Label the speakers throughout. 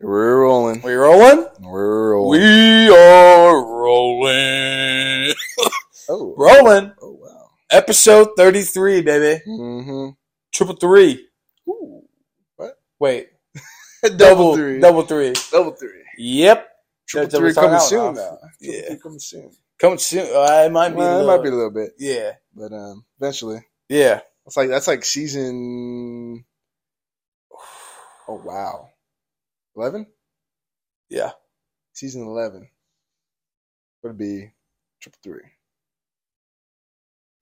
Speaker 1: We're rolling.
Speaker 2: We rolling?
Speaker 1: We're rolling.
Speaker 2: We are rolling.
Speaker 1: oh.
Speaker 2: Rolling.
Speaker 1: oh wow.
Speaker 2: Episode 33, baby.
Speaker 1: Mm-hmm.
Speaker 2: Triple three. Wait. Double
Speaker 1: three.
Speaker 2: Double three.
Speaker 1: Double three.
Speaker 2: Yep.
Speaker 1: Triple
Speaker 2: that
Speaker 1: three
Speaker 2: was
Speaker 1: coming
Speaker 2: out,
Speaker 1: soon
Speaker 2: Alf.
Speaker 1: though. Triple
Speaker 2: Yeah.
Speaker 1: three coming soon.
Speaker 2: Coming soon. Uh, it might be.
Speaker 1: Well,
Speaker 2: a
Speaker 1: it
Speaker 2: little-
Speaker 1: might be a little bit,
Speaker 2: Yeah.
Speaker 1: but um, eventually,
Speaker 2: Yeah.
Speaker 1: it's like that's like season. Oh wow, eleven.
Speaker 2: Yeah.
Speaker 1: Season eleven would be triple three.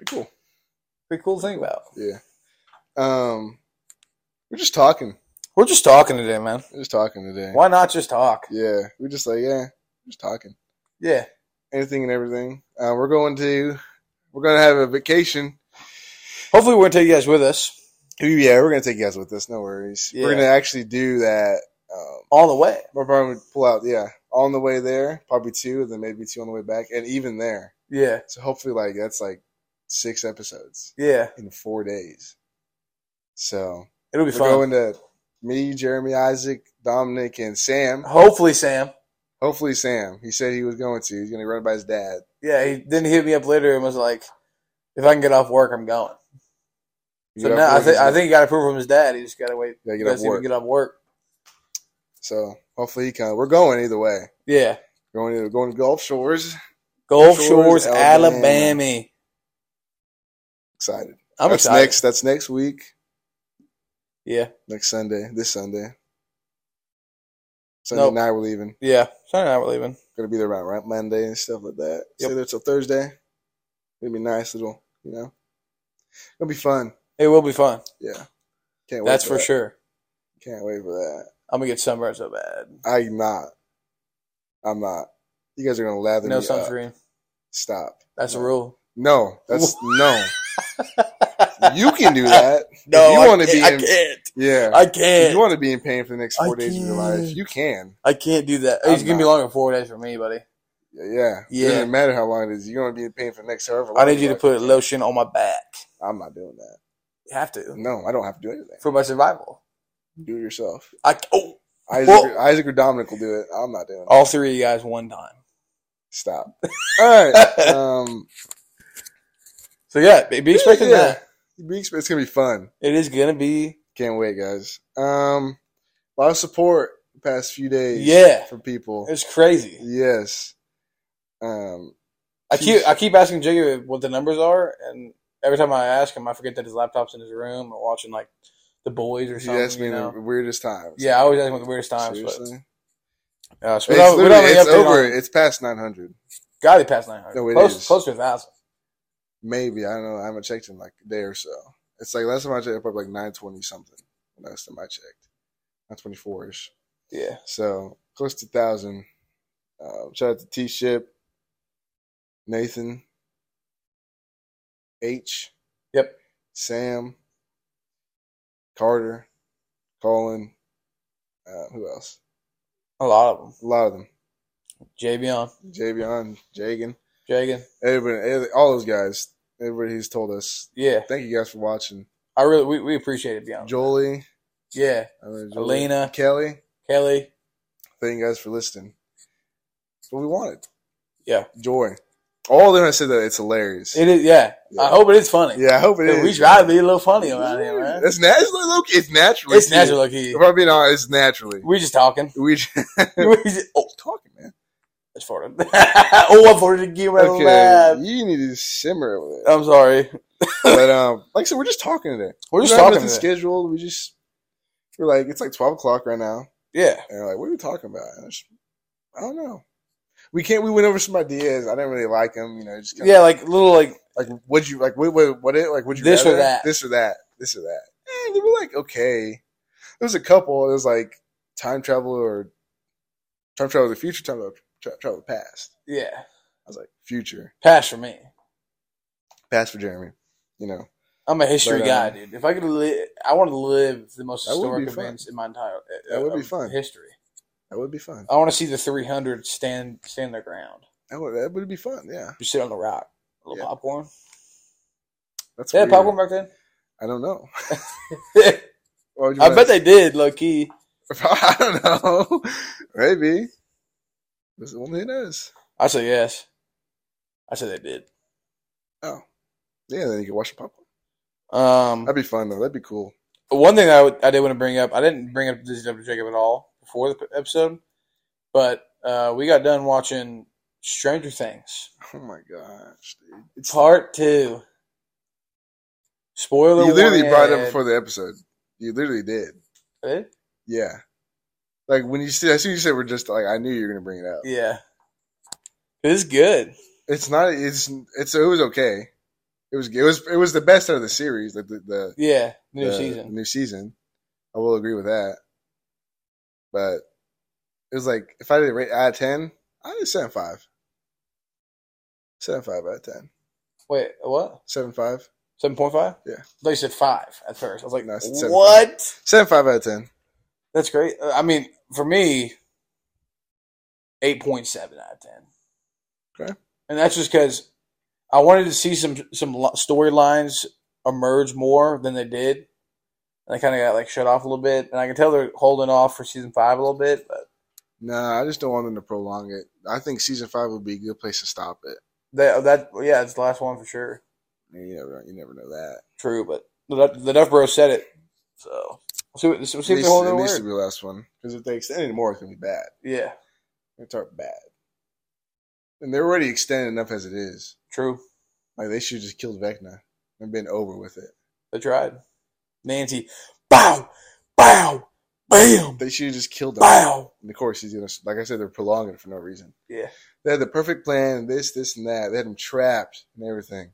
Speaker 1: Be cool.
Speaker 2: Pretty cool to think about.
Speaker 1: Yeah. Um, we're just talking.
Speaker 2: We're just talking today, man.
Speaker 1: We're just talking today.
Speaker 2: Why not just talk?
Speaker 1: Yeah, we're just like yeah, just talking.
Speaker 2: Yeah.
Speaker 1: Anything and everything. Uh, we're going to we're gonna have a vacation.
Speaker 2: Hopefully, we're going to take you guys with us
Speaker 1: Ooh, Yeah, we're gonna take you guys with us. No worries. We're
Speaker 2: Yeah.
Speaker 1: gonna actually do that. Um,
Speaker 2: all the way.
Speaker 1: we're probably gonna pull out. Yeah, on the way there, probably two, and then maybe two on the way back, and even there.
Speaker 2: Yeah.
Speaker 1: So hopefully, like that's like six episodes
Speaker 2: Yeah.
Speaker 1: in four days. So
Speaker 2: It'll be
Speaker 1: we're
Speaker 2: fun.
Speaker 1: going to me, Jeremy, Isaac, Dominic, and Sam.
Speaker 2: Hopefully, Sam.
Speaker 1: Hopefully, Sam. He said he was going to. He's gonna run by his dad.
Speaker 2: Yeah, he then hit me up later and was like, "If I can get off work, I'm going."
Speaker 1: You
Speaker 2: So
Speaker 1: get off
Speaker 2: now I
Speaker 1: work,
Speaker 2: think
Speaker 1: he's gonna-
Speaker 2: I think he got approval from his dad. He just got to wait.
Speaker 1: Gotta
Speaker 2: He
Speaker 1: get off
Speaker 2: doesn't even
Speaker 1: work.
Speaker 2: get off work.
Speaker 1: So hopefully he comes. We're going either way.
Speaker 2: Yeah,
Speaker 1: Going to going to Gulf Shores.
Speaker 2: Gulf
Speaker 1: Shores,
Speaker 2: Shores,
Speaker 1: Alabama.
Speaker 2: Alabama.
Speaker 1: Excited.
Speaker 2: I'm
Speaker 1: that's
Speaker 2: excited.
Speaker 1: next. That's next week.
Speaker 2: Yeah,
Speaker 1: Next Sunday. This Sunday. Sunday
Speaker 2: Nope.
Speaker 1: night we're leaving.
Speaker 2: yeah. Sunday night we're leaving.
Speaker 1: Gonna be there around right Monday and stuff like that.
Speaker 2: Yep.
Speaker 1: Stay there till Thursday. It'll be nice little, you know. It'll be fun.
Speaker 2: It will be fun.
Speaker 1: Yeah. Can't wait.
Speaker 2: That's for
Speaker 1: that.
Speaker 2: sure.
Speaker 1: Can't wait for that.
Speaker 2: I'm gonna get sunburned so bad.
Speaker 1: I'm not. I'm not. You guys are gonna lather
Speaker 2: No
Speaker 1: me up.
Speaker 2: sunscreen.
Speaker 1: Stop.
Speaker 2: That's a
Speaker 1: No.
Speaker 2: rule.
Speaker 1: No, that's no. You can do that. If you
Speaker 2: I
Speaker 1: wanna be
Speaker 2: can't-
Speaker 1: in-
Speaker 2: I can't.
Speaker 1: Yeah.
Speaker 2: I
Speaker 1: If
Speaker 2: can't.
Speaker 1: you want to be in pain for the next
Speaker 2: I
Speaker 1: four days of your life,
Speaker 2: can't.
Speaker 1: you can.
Speaker 2: I can't do that.
Speaker 1: I'm
Speaker 2: It's gonna be
Speaker 1: not.
Speaker 2: longer than four days for me, buddy.
Speaker 1: Yeah. It
Speaker 2: Yeah.
Speaker 1: doesn't matter how long it is. You're going to be in pain for the next however long.
Speaker 2: I need you to
Speaker 1: you're
Speaker 2: put lotion on my back.
Speaker 1: like, I'm not doing that.
Speaker 2: You have to
Speaker 1: No, I don't have to do anything.
Speaker 2: for my survival.
Speaker 1: Do it yourself.
Speaker 2: I oh,
Speaker 1: Isaac,
Speaker 2: Well-
Speaker 1: Isaac or Dominic will do it. I'm not doing it.
Speaker 2: all three of you guys one time.
Speaker 1: Stop. All right. Um,
Speaker 2: So yeah, be be expecting
Speaker 1: yeah.
Speaker 2: that.
Speaker 1: Be expe- It's going to be fun.
Speaker 2: It is gonna be
Speaker 1: Can't wait, guys. Um, a lot of support the past few days
Speaker 2: yeah.
Speaker 1: from people.
Speaker 2: It's crazy.
Speaker 1: Yes. Um,
Speaker 2: I keep I keep asking Jacob what the numbers are, and every time I ask him, I forget that his laptop's in his room or watching like the boys or
Speaker 1: he
Speaker 2: something.
Speaker 1: asked me
Speaker 2: you know?
Speaker 1: the weirdest times.
Speaker 2: yeah, I always ask him at the weirdest times.
Speaker 1: Seriously?
Speaker 2: But, uh, so we
Speaker 1: It's,
Speaker 2: don't, we don't have
Speaker 1: literally-
Speaker 2: any
Speaker 1: it's
Speaker 2: update
Speaker 1: over.
Speaker 2: on-
Speaker 1: It's past 900.
Speaker 2: Gotta be past nine hundred.
Speaker 1: No, it
Speaker 2: close,
Speaker 1: is.
Speaker 2: close to a thousand.
Speaker 1: Maybe I don't know. I haven't checked in like a day or so. It's like last time I checked, probably like nine twenty something. Last time I checked, nine twenty four ish.
Speaker 2: Yeah,
Speaker 1: So close to thousand. Uh, shout out to T Ship, Nathan, H,
Speaker 2: Yep.
Speaker 1: Sam, Carter, Colin. Uh, who else?
Speaker 2: a lot of them.
Speaker 1: A lot of them.
Speaker 2: Javion,
Speaker 1: Javion, Jagan,
Speaker 2: Jagan.
Speaker 1: everybody, every- all those guys. Everybody who's told us.
Speaker 2: Yeah,
Speaker 1: Thank you guys for watching.
Speaker 2: I really we, we appreciate it, Beyond.
Speaker 1: Jolie.
Speaker 2: Yeah,
Speaker 1: I mean, Julie-
Speaker 2: Alina,
Speaker 1: Kelly,
Speaker 2: Kelly.
Speaker 1: thank you guys for listening. That's what we wanted.
Speaker 2: Yeah.
Speaker 1: Joy. All of them have said that it's hilarious.
Speaker 2: It is. Yeah,
Speaker 1: Yeah.
Speaker 2: I hope it is funny.
Speaker 1: yeah, I hope it
Speaker 2: Dude,
Speaker 1: is.
Speaker 2: we try to be a little funny around here, man.
Speaker 1: It's natural. Look, it's natural.
Speaker 2: It's natural, low key.
Speaker 1: If I'm being honest, it's naturally.
Speaker 2: We're just talking.
Speaker 1: We just
Speaker 2: We just, oh,
Speaker 1: talking, man.
Speaker 2: that's farted. oh, I farted again. when I
Speaker 1: Okay,
Speaker 2: laughed.
Speaker 1: you need to simmer over there.
Speaker 2: I'm sorry.
Speaker 1: But um, like I said, we're just talking today.
Speaker 2: We're just
Speaker 1: We don't have
Speaker 2: talking.
Speaker 1: nothing
Speaker 2: today.
Speaker 1: scheduled. We just we're like it's like twelve o'clock right now,
Speaker 2: Yeah,
Speaker 1: and we're like, what are we talking about? And I, just- I don't know. We can't. We went over some ideas. I didn't really like them. You know, just kinda
Speaker 2: yeah, like little like
Speaker 1: like would you like what what what it like would you
Speaker 2: This or
Speaker 1: rather?
Speaker 2: that.
Speaker 1: this or that this or that and they were like okay there was a couple it was like time travel or time travel to the future time travel tra- travel to the past
Speaker 2: yeah,
Speaker 1: I was like future
Speaker 2: pass for me.
Speaker 1: past for Jeremy you know
Speaker 2: I'm a history
Speaker 1: But, uh,
Speaker 2: guy, dude. If I could live, I want to live the most
Speaker 1: That would be
Speaker 2: historic
Speaker 1: fun.
Speaker 2: events in my entire.
Speaker 1: That would be
Speaker 2: of
Speaker 1: fun.
Speaker 2: History.
Speaker 1: that would be fun
Speaker 2: I want to see the 300 stand stand their ground.
Speaker 1: that would that would be fun yeah
Speaker 2: Just sit on the rock. A little
Speaker 1: Yeah.
Speaker 2: popcorn.
Speaker 1: that's
Speaker 2: They had
Speaker 1: weird.
Speaker 2: popcorn back then.
Speaker 1: I don't know
Speaker 2: I bet they did, low key.
Speaker 1: I don't know. Maybe. This is only who knows.
Speaker 2: I say yes. I say they did.
Speaker 1: Oh. Yeah, then you can watch the popcorn.
Speaker 2: Um,
Speaker 1: That'd be fun though. That'd be cool.
Speaker 2: one thing that I, would, I did want to bring up, I didn't bring up Disney Dr. Jacob at all before the p- episode, but uh, we got done watching Stranger Things
Speaker 1: Oh my gosh, dude. It's
Speaker 2: Part Two. Spoiler.
Speaker 1: you literally brought it up
Speaker 2: warning.
Speaker 1: before the episode. You literally did.
Speaker 2: I did?
Speaker 1: Yeah. Like when you see, as soon as you said we're just like, I knew you were gonna bring it up.
Speaker 2: Yeah, it's good.
Speaker 1: It's not. It's it's it was okay. It was it was it was the best out of the series. Like the the
Speaker 2: Yeah, new
Speaker 1: the-
Speaker 2: season.
Speaker 1: New season. I will agree with that. But it was like if I did rate out of ten, I did seven five. Seven five out of ten.
Speaker 2: Wait, what?
Speaker 1: Seven five.
Speaker 2: Seven point five?
Speaker 1: Yeah.
Speaker 2: They said five at first. I was like,
Speaker 1: No, I said 7.5.
Speaker 2: what?
Speaker 1: Seven five out of ten.
Speaker 2: That's great. Uh, I mean, for me, eight point seven out of ten.
Speaker 1: Okay.
Speaker 2: And that's just because I wanted to see some some lo- storylines emerge more than they did, and I kind of got like shut off a little bit. And I can tell they're holding off for season five a little bit, but
Speaker 1: Nah, I just don't want them to prolong it. I think season five would be a good place to stop it.
Speaker 2: that uh, that yeah, it's the last one for sure.
Speaker 1: You never, you never know that.
Speaker 2: True, but the, the Duff Bro said it, so we'll see, what, we'll see
Speaker 1: It
Speaker 2: if
Speaker 1: needs,
Speaker 2: they hold their
Speaker 1: it needs to
Speaker 2: word.
Speaker 1: be the last one because if they extend it more, it's gonna be bad.
Speaker 2: yeah,
Speaker 1: It's our bad, and they're already extended enough as it is.
Speaker 2: true.
Speaker 1: Like they should just killed Vecna and been over with it.
Speaker 2: They tried. Nancy, bow, bow, bam,
Speaker 1: They should have just killed him.
Speaker 2: bow.
Speaker 1: And of course, he's gonna. Like I said, they're prolonging it for no reason.
Speaker 2: Yeah.
Speaker 1: They had the perfect plan, this, this, and that. They had him trapped and everything.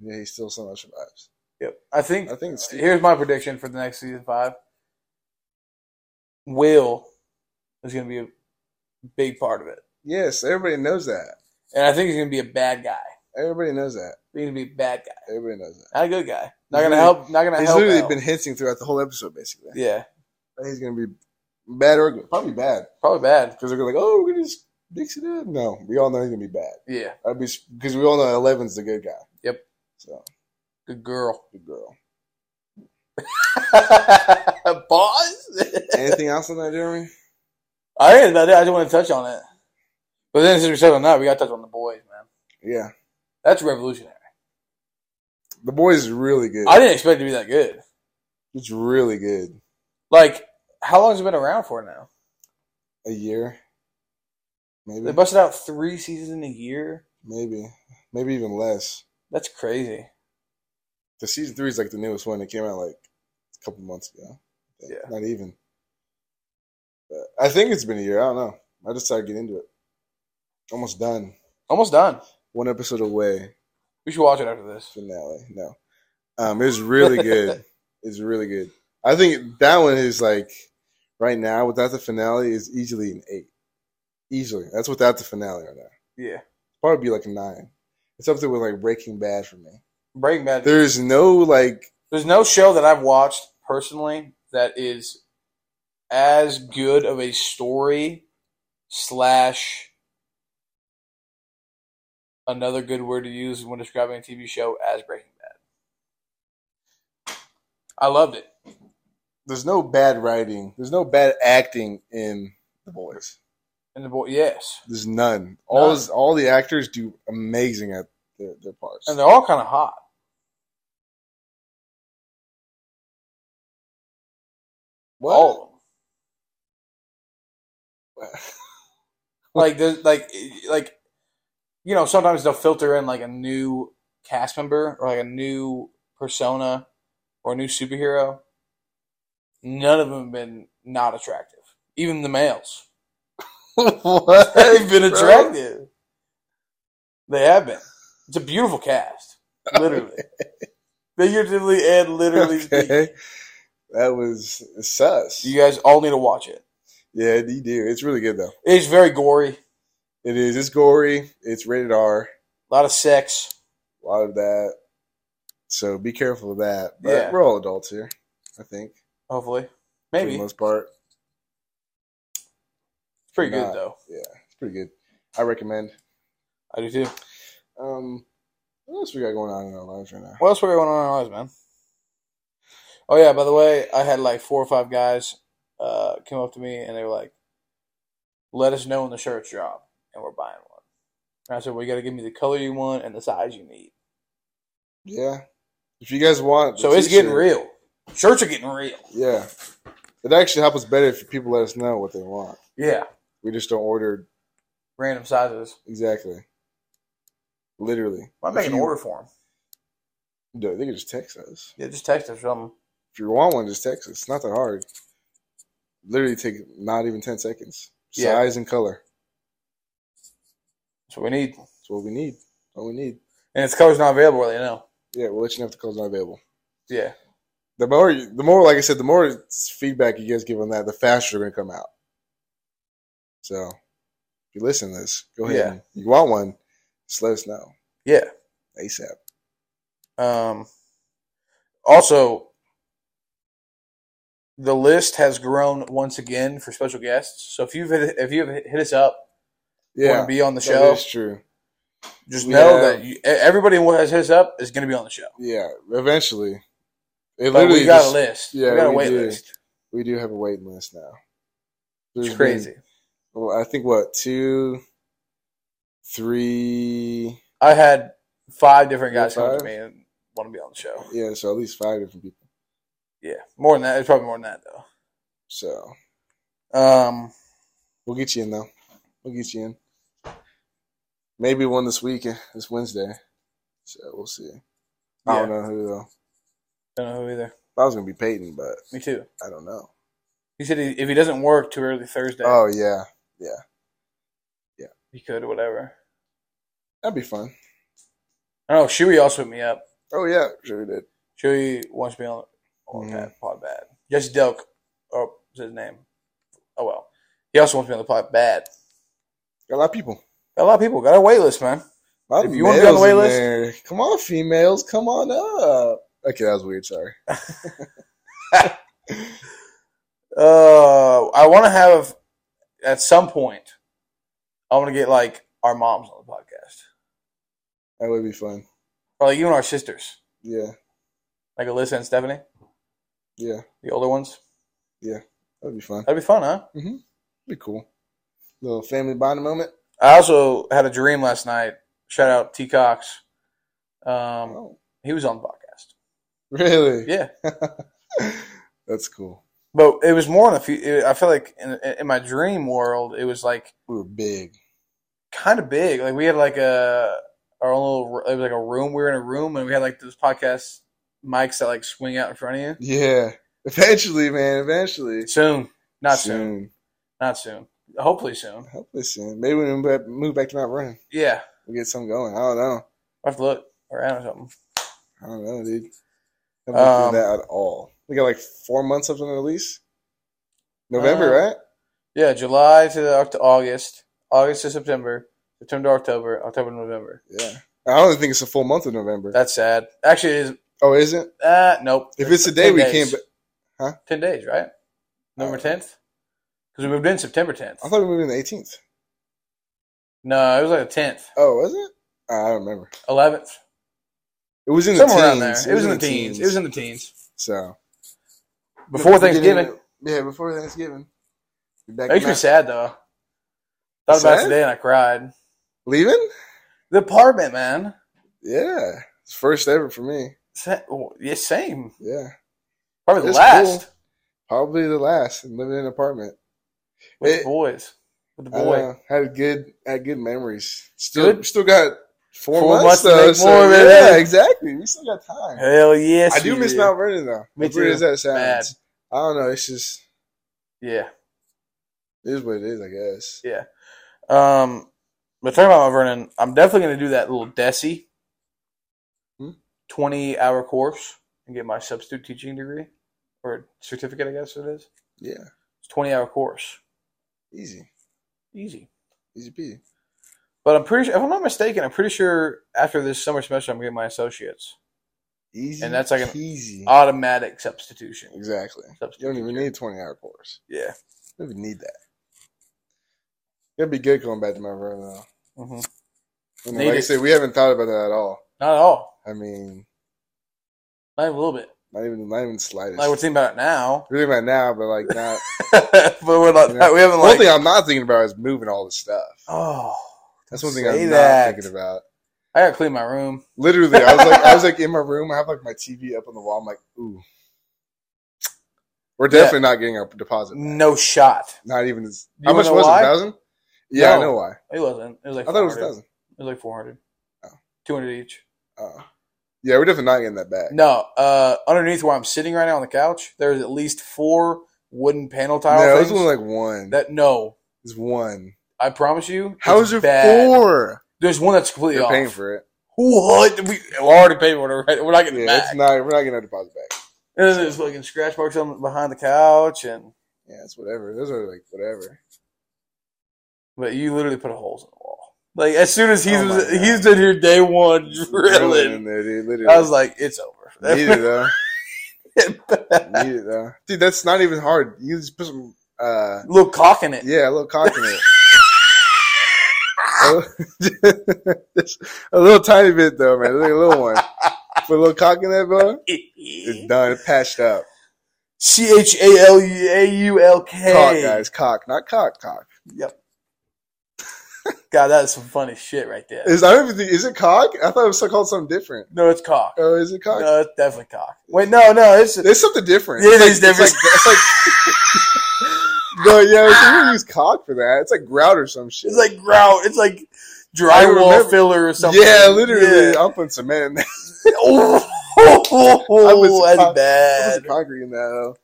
Speaker 1: And yet he still somehow survives.
Speaker 2: Yep. I think.
Speaker 1: I think it's stupid.
Speaker 2: here's my prediction for the next season five. Will is going to be a big part of it,
Speaker 1: Yes, everybody knows that.
Speaker 2: and I think he's going to be a bad guy.
Speaker 1: Everybody knows that.
Speaker 2: He's going to be a bad guy,
Speaker 1: Everybody knows that.
Speaker 2: not a good guy. Not going to
Speaker 1: He's
Speaker 2: help. Not going to
Speaker 1: He's
Speaker 2: help.
Speaker 1: literally
Speaker 2: out.
Speaker 1: been hinting throughout the whole episode, basically.
Speaker 2: yeah,
Speaker 1: That He's gonna be bad or good. Probably bad.
Speaker 2: probably bad.
Speaker 1: because they're gonna like, oh, we're gonna just mix it up. No, we all know he's gonna be bad.
Speaker 2: Yeah,
Speaker 1: I'd be because we all know Eleven's the good guy.
Speaker 2: Yep.
Speaker 1: So
Speaker 2: good girl.
Speaker 1: good girl.
Speaker 2: Boss.
Speaker 1: Anything else on that, Jeremy?
Speaker 2: I think that's about it. I just want to touch on it. But then since we touched on that, we got to touch on the boys, man.
Speaker 1: Yeah,
Speaker 2: That's revolutionary.
Speaker 1: the boys is really good.
Speaker 2: I didn't expect it to be that good.
Speaker 1: it's really good.
Speaker 2: Like, how long has it been around for now?
Speaker 1: A year, maybe,
Speaker 2: They busted out three seasons in a year.
Speaker 1: maybe, maybe even less.
Speaker 2: That's crazy.
Speaker 1: The season three is like the newest one. It came out like a couple months ago.
Speaker 2: Yeah.
Speaker 1: not even. But I think it's been a year. I don't know. I just started getting into it. Almost done.
Speaker 2: Almost done.
Speaker 1: One episode away.
Speaker 2: We should watch it after this.
Speaker 1: finale. No, um, it was really good. it's really good. I think that one is like right now without the finale is easily an eight. Easily, that's without the finale right now.
Speaker 2: Yeah.
Speaker 1: Probably be like a nine. It's up there with like Breaking Bad for me.
Speaker 2: Breaking Bad.
Speaker 1: There's no like
Speaker 2: There's no show that I've watched personally that is as good of a story slash another good word to use when describing a TV show as Breaking Bad. I loved it.
Speaker 1: there's no bad writing. There's no bad acting in the boys.
Speaker 2: And the boy, yes,
Speaker 1: There's none. All
Speaker 2: None.
Speaker 1: is, all the actors do amazing at their, their parts.
Speaker 2: and they're all kind of hot.
Speaker 1: What?
Speaker 2: All of them. Like there's like like you know sometimes they'll filter in like a new cast member or like a new persona or a new superhero. None of them have been not attractive. Even the males,
Speaker 1: what?
Speaker 2: they've been
Speaker 1: bro?
Speaker 2: attractive. They have been. It's a beautiful cast, literally, figuratively and literally. speaking.
Speaker 1: Okay. That was sus.
Speaker 2: You guys all need to watch it.
Speaker 1: yeah, you do. It's really good though.
Speaker 2: It's very gory.
Speaker 1: It is. It's gory. It's rated R.
Speaker 2: A lot of sex.
Speaker 1: A lot of that. So be careful of that. But
Speaker 2: Yeah.
Speaker 1: we're all adults here, I think.
Speaker 2: Hopefully,
Speaker 1: For the
Speaker 2: maybe it's
Speaker 1: most part.
Speaker 2: pretty good
Speaker 1: not.
Speaker 2: though.
Speaker 1: It's pretty good. I recommend.
Speaker 2: I do too.
Speaker 1: Um what else we got going on in our lives right now?
Speaker 2: What else were going on in our lives, man? Oh yeah, by the way, I had like four or five guys uh, came up to me and they were like, "Let us know when the shirts drop, and we're buying one." And I said, "Well, you got to give me the color you want and the size you need."
Speaker 1: Yeah. If you guys want,
Speaker 2: So
Speaker 1: the
Speaker 2: it's getting
Speaker 1: t-shirt-
Speaker 2: real. Shirts are getting real.
Speaker 1: Yeah. It actually helps us better if people let us know what they want.
Speaker 2: Yeah,
Speaker 1: We just don't order
Speaker 2: random sizes.
Speaker 1: exactly. Literally.
Speaker 2: I'm
Speaker 1: If
Speaker 2: making an
Speaker 1: you-
Speaker 2: order for them.
Speaker 1: No, they can just text us.
Speaker 2: Yeah, just text us something.
Speaker 1: If you want one, just text us. It's not that hard. Literally take not even ten seconds.
Speaker 2: Yeah.
Speaker 1: Size and color.
Speaker 2: That's what we need.
Speaker 1: That's what we need. All we need.
Speaker 2: And it's color's not available. They know.
Speaker 1: Yeah, we'll let you know if the color's not available.
Speaker 2: Yeah,
Speaker 1: The more, you- the more, like I said, the more feedback you guys give on that, the faster they're gonna come out. So, if you listen to this, go ahead.
Speaker 2: Yeah.
Speaker 1: and- you want one? Just let us know
Speaker 2: yeah.
Speaker 1: ASAP.
Speaker 2: Um, also, the list has grown once again for special guests. So if you've hit, if you've hit us up, want
Speaker 1: Yeah,
Speaker 2: to be on the
Speaker 1: that
Speaker 2: show,
Speaker 1: is true.
Speaker 2: just
Speaker 1: we
Speaker 2: know
Speaker 1: have-
Speaker 2: that you, e- everybody who has hit us up is going to be on the show.
Speaker 1: Yeah, eventually. It
Speaker 2: But
Speaker 1: literally
Speaker 2: we got
Speaker 1: just-
Speaker 2: a list.
Speaker 1: yeah,
Speaker 2: we got a
Speaker 1: we
Speaker 2: wait
Speaker 1: do.
Speaker 2: list.
Speaker 1: we do have a waiting list now. There's been-
Speaker 2: It's crazy.
Speaker 1: well, I think what two, three,
Speaker 2: I had five different
Speaker 1: Yeah,
Speaker 2: guys come up to
Speaker 1: five.
Speaker 2: me and want to be on the show.
Speaker 1: yeah, so at least five different people.
Speaker 2: Yeah, more than that. It's probably more than that though.
Speaker 1: So
Speaker 2: Um,
Speaker 1: we'll get you in though. We'll get you in. Maybe one this week, this Wednesday. So we'll see. I don't know who though.
Speaker 2: don't know who either.
Speaker 1: I was gonna be Peyton, but
Speaker 2: Me too.
Speaker 1: I don't know.
Speaker 2: He said he, if he doesn't work too early Thursday,
Speaker 1: Oh yeah,
Speaker 2: he could or whatever.
Speaker 1: that'd be fun.
Speaker 2: I don't know. Shuey also hit me up.
Speaker 1: Oh yeah, sure we did.
Speaker 2: Chewy wants to be on, on
Speaker 1: Mhm.
Speaker 2: that pod bad. Jesse Delk, oh, is his name. Oh well, he also wants to be on the pod bad.
Speaker 1: Got a lot of people.
Speaker 2: Got a lot of people. Got a wait list, man.
Speaker 1: A lot
Speaker 2: If
Speaker 1: of
Speaker 2: you wanna be on the
Speaker 1: males in
Speaker 2: wait list-
Speaker 1: there. come on, females, come on up. Okay, that was weird. Sorry.
Speaker 2: Uh, I want to have at some point. I want to get like our moms on the podcast,
Speaker 1: That would be fun.
Speaker 2: or like even our sisters,
Speaker 1: Yeah,
Speaker 2: like Alyssa and Stephanie,
Speaker 1: yeah,
Speaker 2: the older ones.
Speaker 1: that'd be fun.
Speaker 2: That'd be fun, huh?
Speaker 1: Be cool. Little family bonding moment.
Speaker 2: I also had a dream last night. Shout out T Cox. Um,
Speaker 1: Oh,
Speaker 2: he was on the podcast.
Speaker 1: really?
Speaker 2: Yeah.
Speaker 1: That's cool.
Speaker 2: But it was more in the future. I feel like in, in my dream world, it was like
Speaker 1: We were big.
Speaker 2: kind of big. Like we had like a our own little. ru- It was like a room. We were in a room, and we had like those podcast mics that like swing out in front of you.
Speaker 1: Yeah. Eventually, man. Eventually.
Speaker 2: Soon, not soon, not soon. Hopefully soon.
Speaker 1: Hopefully soon. Maybe we move back, move back to Mount Vernon.
Speaker 2: Yeah,
Speaker 1: We get something going. I don't know.
Speaker 2: I have to look around or something.
Speaker 1: I don't know, dude. I haven't looked
Speaker 2: Um,
Speaker 1: at that at all. We got like four months left on the lease. November,
Speaker 2: Uh,
Speaker 1: right?
Speaker 2: Yeah, July to Oct- August, August to September, September to October, October to November.
Speaker 1: Yeah. I don't think it's a full month of November.
Speaker 2: That's sad. Actually, it is.
Speaker 1: oh, is it?
Speaker 2: Uh, nope.
Speaker 1: If it's a day,
Speaker 2: 10
Speaker 1: we
Speaker 2: days.
Speaker 1: can't. But
Speaker 2: Ten days, right? November
Speaker 1: Uh,
Speaker 2: tenth, because we moved in September tenth.
Speaker 1: I thought we moved in the 18th.
Speaker 2: No, it was like the tenth,
Speaker 1: Oh, was it? Uh, I don't remember.
Speaker 2: eleventh,
Speaker 1: It was in the
Speaker 2: somewhere
Speaker 1: teens.
Speaker 2: around there. It was in the teens. It was in the teens
Speaker 1: so
Speaker 2: before Thanksgiving.
Speaker 1: Yeah, before Thanksgiving. Be back
Speaker 2: It makes
Speaker 1: in
Speaker 2: me
Speaker 1: Mount-
Speaker 2: sad though. Thought about
Speaker 1: Sad?
Speaker 2: it today and I cried.
Speaker 1: Leaving?
Speaker 2: The apartment, man.
Speaker 1: Yeah, it's first ever for me.
Speaker 2: Sa- oh, Yeah, same.
Speaker 1: Yeah,
Speaker 2: Probably the
Speaker 1: It's
Speaker 2: last
Speaker 1: probably the last. And living in an apartment.
Speaker 2: with
Speaker 1: It-
Speaker 2: the boys. With the
Speaker 1: I
Speaker 2: boy.
Speaker 1: know, had good had good memories. Still
Speaker 2: Good?
Speaker 1: still got four,
Speaker 2: Four
Speaker 1: months,
Speaker 2: months to
Speaker 1: though.
Speaker 2: make
Speaker 1: so
Speaker 2: more,
Speaker 1: yeah,
Speaker 2: baby.
Speaker 1: exactly. We still got time.
Speaker 2: Hell yes.
Speaker 1: I do
Speaker 2: we
Speaker 1: miss
Speaker 2: did.
Speaker 1: Mount Vernon though.
Speaker 2: Me
Speaker 1: As weird
Speaker 2: too.
Speaker 1: as that
Speaker 2: Bad.
Speaker 1: sounds. I don't know. It's just
Speaker 2: Yeah,
Speaker 1: it is what it is. I guess.
Speaker 2: yeah. Um, but talking about Mount Vernon, I'm definitely gonna do that little Desi,
Speaker 1: Hmm?
Speaker 2: twenty hour course and get my substitute teaching degree or certificate. I guess it is.
Speaker 1: Yeah,
Speaker 2: It's twenty hour course.
Speaker 1: easy,
Speaker 2: Easy.
Speaker 1: easy peasy.
Speaker 2: But I'm pretty sure, if I'm not mistaken, I'm pretty sure after this summer semester, I'm getting my associates.
Speaker 1: Easy,
Speaker 2: And that's like an-
Speaker 1: easy.
Speaker 2: Automatic substitution.
Speaker 1: Exactly. You
Speaker 2: Substitute.
Speaker 1: don't even need a twenty hour course.
Speaker 2: Yeah.
Speaker 1: You don't even need that. It'd be good going back to Mount Vernon though.
Speaker 2: hmm
Speaker 1: And
Speaker 2: Need
Speaker 1: like I
Speaker 2: it.
Speaker 1: said, we haven't thought about that at all.
Speaker 2: Not at all.
Speaker 1: I mean,
Speaker 2: Not even a little bit.
Speaker 1: Not even, not even slightest.
Speaker 2: Like we're thinking about it now,
Speaker 1: really right now, but like not.
Speaker 2: but we're not.
Speaker 1: you know.
Speaker 2: We haven't
Speaker 1: one
Speaker 2: like.
Speaker 1: thing I'm not thinking about is moving all this stuff.
Speaker 2: oh,
Speaker 1: That's one thing
Speaker 2: say
Speaker 1: I'm
Speaker 2: that.
Speaker 1: not thinking about.
Speaker 2: I gotta clean my room.
Speaker 1: Literally, I was like, I was like in my room. I have like my TV up on the wall. I'm like, ooh, we're
Speaker 2: Yeah.
Speaker 1: definitely not getting our deposit. back.
Speaker 2: No shot.
Speaker 1: Not even. As,
Speaker 2: You
Speaker 1: how much
Speaker 2: wanna know
Speaker 1: was
Speaker 2: why?
Speaker 1: it? Thousand? Yeah,
Speaker 2: No.
Speaker 1: I know why.
Speaker 2: It wasn't. It was like.
Speaker 1: I thought it was
Speaker 2: 400.
Speaker 1: thousand.
Speaker 2: It was like four hundred.
Speaker 1: Oh.
Speaker 2: Two hundred each.
Speaker 1: Oh. Yeah, we're definitely not getting that back.
Speaker 2: No, uh, underneath where I'm sitting right now on the couch, there's at least four wooden panel tile
Speaker 1: No, it
Speaker 2: things.
Speaker 1: was only like one.
Speaker 2: that no,
Speaker 1: It's one.
Speaker 2: I promise you.
Speaker 1: How
Speaker 2: it's
Speaker 1: is there
Speaker 2: bad.
Speaker 1: four?
Speaker 2: There's one that's completely
Speaker 1: They're
Speaker 2: off.
Speaker 1: paying for it.
Speaker 2: What? We we already paid for it. Right? We're not getting
Speaker 1: Yeah,
Speaker 2: it
Speaker 1: that's
Speaker 2: back.
Speaker 1: not. We're not getting our deposit back.
Speaker 2: And then there's fucking scratch marks on behind the couch, and
Speaker 1: Yeah, it's whatever. Those are like whatever.
Speaker 2: but you literally put holes in the wall. Like as soon as he
Speaker 1: Oh my
Speaker 2: was,
Speaker 1: God.
Speaker 2: he's in here day one
Speaker 1: Drilling
Speaker 2: drilling.
Speaker 1: in there, dude. Literally.
Speaker 2: I was like, it's
Speaker 1: Need
Speaker 2: over.
Speaker 1: it though. Need it though. Dude, that's not even hard. You just put some. uh
Speaker 2: Little cock in it.
Speaker 1: Yeah, a little cock in it. a little- just a little tiny bit though, man. Like a little one. Put a little cock in that, bro. It's done. It's patched up.
Speaker 2: C H A L U A U L K.
Speaker 1: Cock, guys. Cock, not cock. Cock.
Speaker 2: God, that is some funny shit right there.
Speaker 1: Is I don't even think, is it cock? I thought it was called something different.
Speaker 2: no, it's cock.
Speaker 1: Oh, is it cock?
Speaker 2: No, it's definitely cock. Wait, no, no, it's
Speaker 1: There's something different.
Speaker 2: It
Speaker 1: It's
Speaker 2: is different.
Speaker 1: It's like, it's like no, yeah, it's, you don't use cock for that. It's like grout or some shit.
Speaker 2: it's like grout. It's like
Speaker 1: I
Speaker 2: drywall
Speaker 1: remember-
Speaker 2: filler or something.
Speaker 1: yeah, literally.
Speaker 2: Yeah.
Speaker 1: I'm putting cement in there.
Speaker 2: oh,
Speaker 1: was
Speaker 2: that's
Speaker 1: cock- I'm
Speaker 2: bad. Ah,
Speaker 1: putting concrete in that.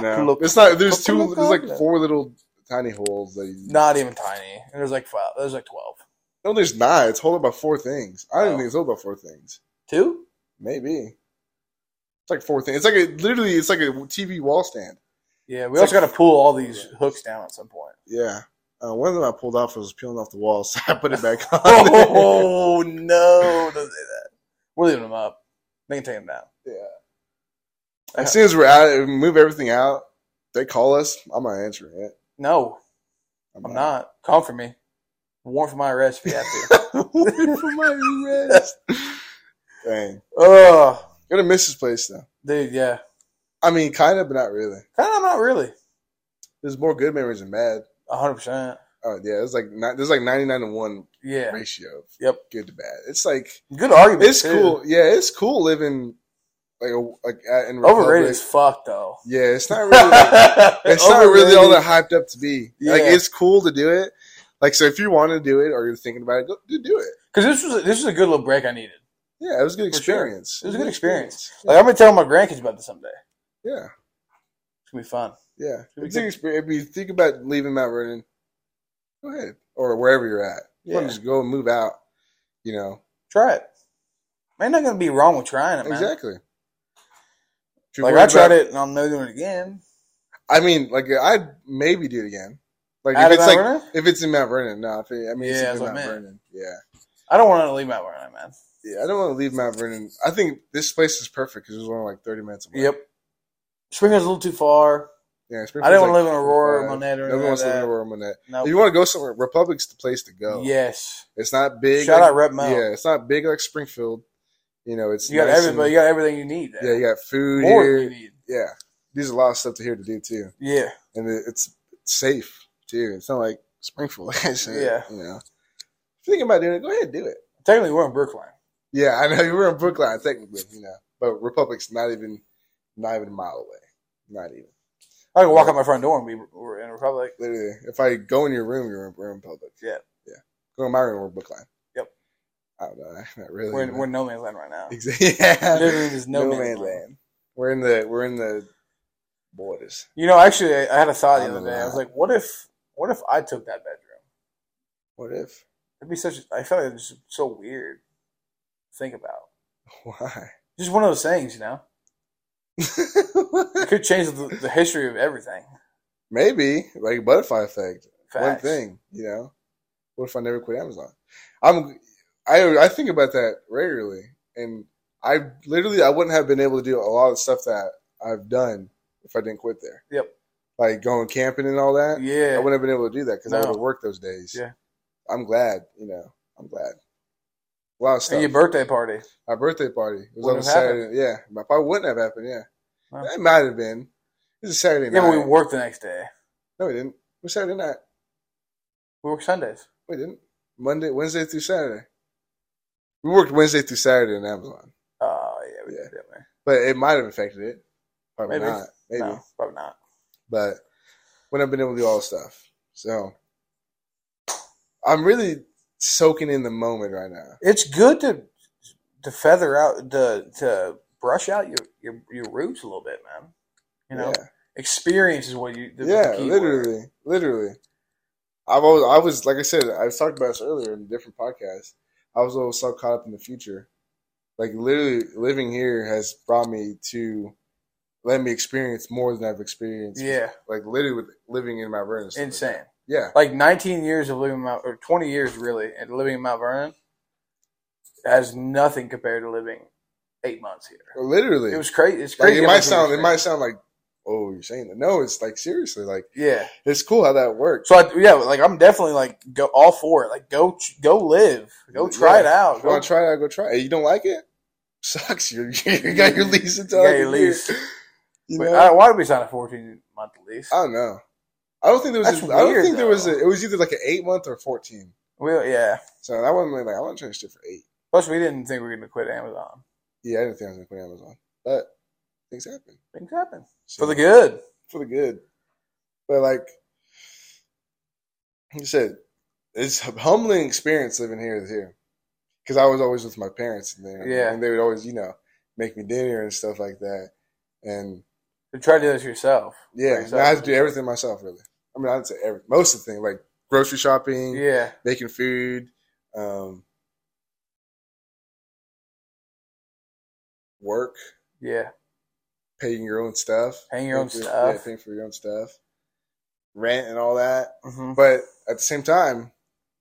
Speaker 1: Though. No,
Speaker 2: Look,
Speaker 1: it's not. There's
Speaker 2: look,
Speaker 1: two.
Speaker 2: look,
Speaker 1: there's like
Speaker 2: look.
Speaker 1: four little tiny holes. That you,
Speaker 2: not even tiny. There's like five. There's like twelve.
Speaker 1: No, there's not. It's holding by four things. I don't
Speaker 2: Oh.
Speaker 1: even think it's holding by four things.
Speaker 2: Two?
Speaker 1: Maybe. It's like four things. It's like a literally. It's like a TV wall stand.
Speaker 2: Yeah, we
Speaker 1: It's
Speaker 2: also
Speaker 1: like-
Speaker 2: got to pull all these hooks down at some point.
Speaker 1: Yeah. Uh, one of them I pulled off was peeling off the wall, so I put it back on.
Speaker 2: Oh no! Don't say that. We're leaving them up. They can take them down.
Speaker 1: As soon as we're out, we move everything out. They call us. I'm not answering it.
Speaker 2: No, I'm not. Come for me. Warrant for my arrest if you have to.
Speaker 1: Wait for my rest. Dang.
Speaker 2: Ugh.
Speaker 1: Gonna miss this place though.
Speaker 2: Dude, yeah.
Speaker 1: I mean, kind of, but not really.
Speaker 2: Kind of not really.
Speaker 1: There's more good memories than bad.
Speaker 2: 100%.
Speaker 1: Oh yeah, it's like ni- there's like 99 to one
Speaker 2: Yeah.
Speaker 1: ratio. of
Speaker 2: Yep.
Speaker 1: Good to bad. It's like
Speaker 2: Good argument.
Speaker 1: it's
Speaker 2: too.
Speaker 1: cool. Yeah, it's cool living like a, like uh, in Republic.
Speaker 2: Overrated as fuck, though.
Speaker 1: Yeah, it's not really. it's not really all that hyped up to be. Like
Speaker 2: Yeah.
Speaker 1: it's cool to do it. Like so, if you want to do it or you're thinking about it, go, do do it.
Speaker 2: Because this was, a, this was a good little break I needed.
Speaker 1: Yeah, it was a good
Speaker 2: For
Speaker 1: experience.
Speaker 2: sure. It was a good experience. Like, I'm going to tell my grandkids about this someday.
Speaker 1: Yeah,
Speaker 2: It's going to be fun.
Speaker 1: yeah.
Speaker 2: Should we
Speaker 1: It's a good experience. If you think about leaving Mount Vernon, go ahead or wherever you're at. You want
Speaker 2: Yeah.
Speaker 1: to just go and move out. You know
Speaker 2: Try it. Ain't not going to be wrong with trying it, man.
Speaker 1: exactly. If you're
Speaker 2: Like,
Speaker 1: worried
Speaker 2: I tried
Speaker 1: about-
Speaker 2: it and I'm never doing it again.
Speaker 1: I mean, like I'd maybe do it again. Like
Speaker 2: Out
Speaker 1: if
Speaker 2: of
Speaker 1: it's
Speaker 2: Mount
Speaker 1: like
Speaker 2: Vernon?
Speaker 1: if it's in Mount Vernon, no. If it, I mean,
Speaker 2: Yeah,
Speaker 1: it's
Speaker 2: that's
Speaker 1: in
Speaker 2: what I
Speaker 1: Mount
Speaker 2: meant.
Speaker 1: Vernon. Yeah,
Speaker 2: I don't want to leave my Vernon, man.
Speaker 1: yeah. I don't want to leave Mount Vernon. I think this place is perfect because it's only like thirty minutes away.
Speaker 2: Yep. Springfield's a little too far.
Speaker 1: Yeah,
Speaker 2: I didn't want to live in Aurora or Monette or
Speaker 1: Everyone
Speaker 2: anything like
Speaker 1: wants to live in
Speaker 2: that.
Speaker 1: Aurora Monette.
Speaker 2: No.
Speaker 1: If you want to go somewhere, Republic's the place to go.
Speaker 2: Yes.
Speaker 1: It's not big.
Speaker 2: Shout
Speaker 1: like-
Speaker 2: out Rep Mount.
Speaker 1: Yeah, it's not big like Springfield. You know, it's
Speaker 2: You got
Speaker 1: nice
Speaker 2: everybody.
Speaker 1: and-
Speaker 2: You got everything you need. There.
Speaker 1: yeah, you got food
Speaker 2: more
Speaker 1: here.
Speaker 2: than you need.
Speaker 1: Yeah, there's a lot of stuff to here to do too,
Speaker 2: Yeah,
Speaker 1: and it, it's safe too. It's not like Springfield. It's, uh,
Speaker 2: Yeah.
Speaker 1: you know, if you're thinking about doing it, go ahead and do it.
Speaker 2: technically we're in Brookline.
Speaker 1: Yeah, I know you were in Brookline technically, you know, but Republic's not even not even a mile away. Not even
Speaker 2: I can walk out my front door and be we're in Republic.
Speaker 1: literally. If I go in your room, you're in, we're in public.
Speaker 2: Yeah.
Speaker 1: yeah. Go in my room, we're in Brookline.
Speaker 2: Yep.
Speaker 1: I don't know, not really.
Speaker 2: We're in, we're in no man's land right now.
Speaker 1: exactly. Yeah.
Speaker 2: Literally, there's no, man's, land.
Speaker 1: We're in the we're in the borders.
Speaker 2: You know, actually, I I had a thought the
Speaker 1: I'm
Speaker 2: other day. I was
Speaker 1: alive.
Speaker 2: like, what if, what if I took that bedroom?
Speaker 1: What if?
Speaker 2: It'd be such. I felt like it's just so weird. to Think about
Speaker 1: Why?
Speaker 2: just one of those things, you know. It could change the, the history of everything.
Speaker 1: Maybe like butterfly effect. One
Speaker 2: Facts.
Speaker 1: thing, you know. What if I never quit Amazon? I'm I I think about that regularly, and I literally I wouldn't have been able to do a lot of stuff that I've done if I didn't quit there.
Speaker 2: Yep.
Speaker 1: Like going camping and all that. I
Speaker 2: Yeah.
Speaker 1: wouldn't have been able to do that because I
Speaker 2: No.
Speaker 1: would have worked those days.
Speaker 2: Yeah.
Speaker 1: I'm glad, you know. I'm glad. A lot of stuff.
Speaker 2: At your birthday party.
Speaker 1: my birthday party. It was on
Speaker 2: Wouldn't
Speaker 1: a
Speaker 2: have
Speaker 1: Saturday.
Speaker 2: happened.
Speaker 1: Yeah, my probably wouldn't have happened. Yeah,
Speaker 2: Wow.
Speaker 1: it might have been. It was a Saturday
Speaker 2: Yeah,
Speaker 1: night.
Speaker 2: but we worked the next day.
Speaker 1: no, we didn't. It was Saturday night.
Speaker 2: We worked Sundays.
Speaker 1: We didn't. Monday, Wednesday through Saturday. We worked Wednesday through Saturday in Amazon,
Speaker 2: Oh yeah, we
Speaker 1: Yeah.
Speaker 2: did that way.
Speaker 1: but it might have affected it. Probably
Speaker 2: Maybe.
Speaker 1: not. Maybe,
Speaker 2: No, probably not.
Speaker 1: but wouldn't have been able to do all the stuff. So I'm really soaking in the moment right now.
Speaker 2: It's good to to feather out the to brush out your your, your roots a little bit, man. You know,
Speaker 1: yeah,
Speaker 2: experience is what you. The,
Speaker 1: yeah,
Speaker 2: the key word.
Speaker 1: literally, literally. I've always, I was like I said, I was talking about this earlier in a different podcast. I was always so caught up in the future. Like literally, living here has brought me to let me experience more than I've experienced.
Speaker 2: Yeah,
Speaker 1: like literally with living in Mount Vernon. and stuff like that.
Speaker 2: insane.
Speaker 1: Yeah,
Speaker 2: Like 19 years of living in Mount, or 20 years really, and living in Mount Vernon has nothing compared to living eight months here.
Speaker 1: literally.
Speaker 2: It was crazy. It's
Speaker 1: like
Speaker 2: crazy.
Speaker 1: it
Speaker 2: how
Speaker 1: might
Speaker 2: much
Speaker 1: sound, it might
Speaker 2: experience.
Speaker 1: sound like, oh, you're saying that. No, it's like seriously, like
Speaker 2: Yeah.
Speaker 1: it's cool how that works.
Speaker 2: So I, yeah, like I'm definitely like go all for it. Like go go live, go try it out.
Speaker 1: If you want
Speaker 2: Go-
Speaker 1: to try it, go try it. You don't like it? Sucks. You you got your lease until
Speaker 2: You got
Speaker 1: like
Speaker 2: your
Speaker 1: a year.
Speaker 2: lease.
Speaker 1: You
Speaker 2: Wait,
Speaker 1: know?
Speaker 2: uh, why did we sign a 14 month lease?
Speaker 1: I don't know. I don't think there was.
Speaker 2: That's
Speaker 1: a- I don't
Speaker 2: weird,
Speaker 1: think there was.
Speaker 2: though.
Speaker 1: A, it was either like an eight month or fourteen.
Speaker 2: we yeah.
Speaker 1: So that wasn't really like I want to change shit for eight.
Speaker 2: Plus, we didn't think we were going to quit Amazon.
Speaker 1: Yeah, I didn't think I was gonna quit Amazon, but things happen
Speaker 2: Things happen
Speaker 1: So-
Speaker 2: for the good.
Speaker 1: for the good. But like you said, it's a humbling experience living here too. Because I was always with my parents, and they,
Speaker 2: Yeah.
Speaker 1: and they would always, you know, make me dinner and stuff like that. And
Speaker 2: To try to do this yourself.
Speaker 1: yeah,
Speaker 2: Like,
Speaker 1: now I have to do everything myself, really. I mean, I'd say every, most of the thing, like grocery shopping,
Speaker 2: Yeah,
Speaker 1: making food, um, work,
Speaker 2: yeah.
Speaker 1: paying your own stuff,
Speaker 2: Paying your own
Speaker 1: for-
Speaker 2: stuff.
Speaker 1: yeah, paying for your own stuff, rent and all that.
Speaker 2: hmm
Speaker 1: But at the same time,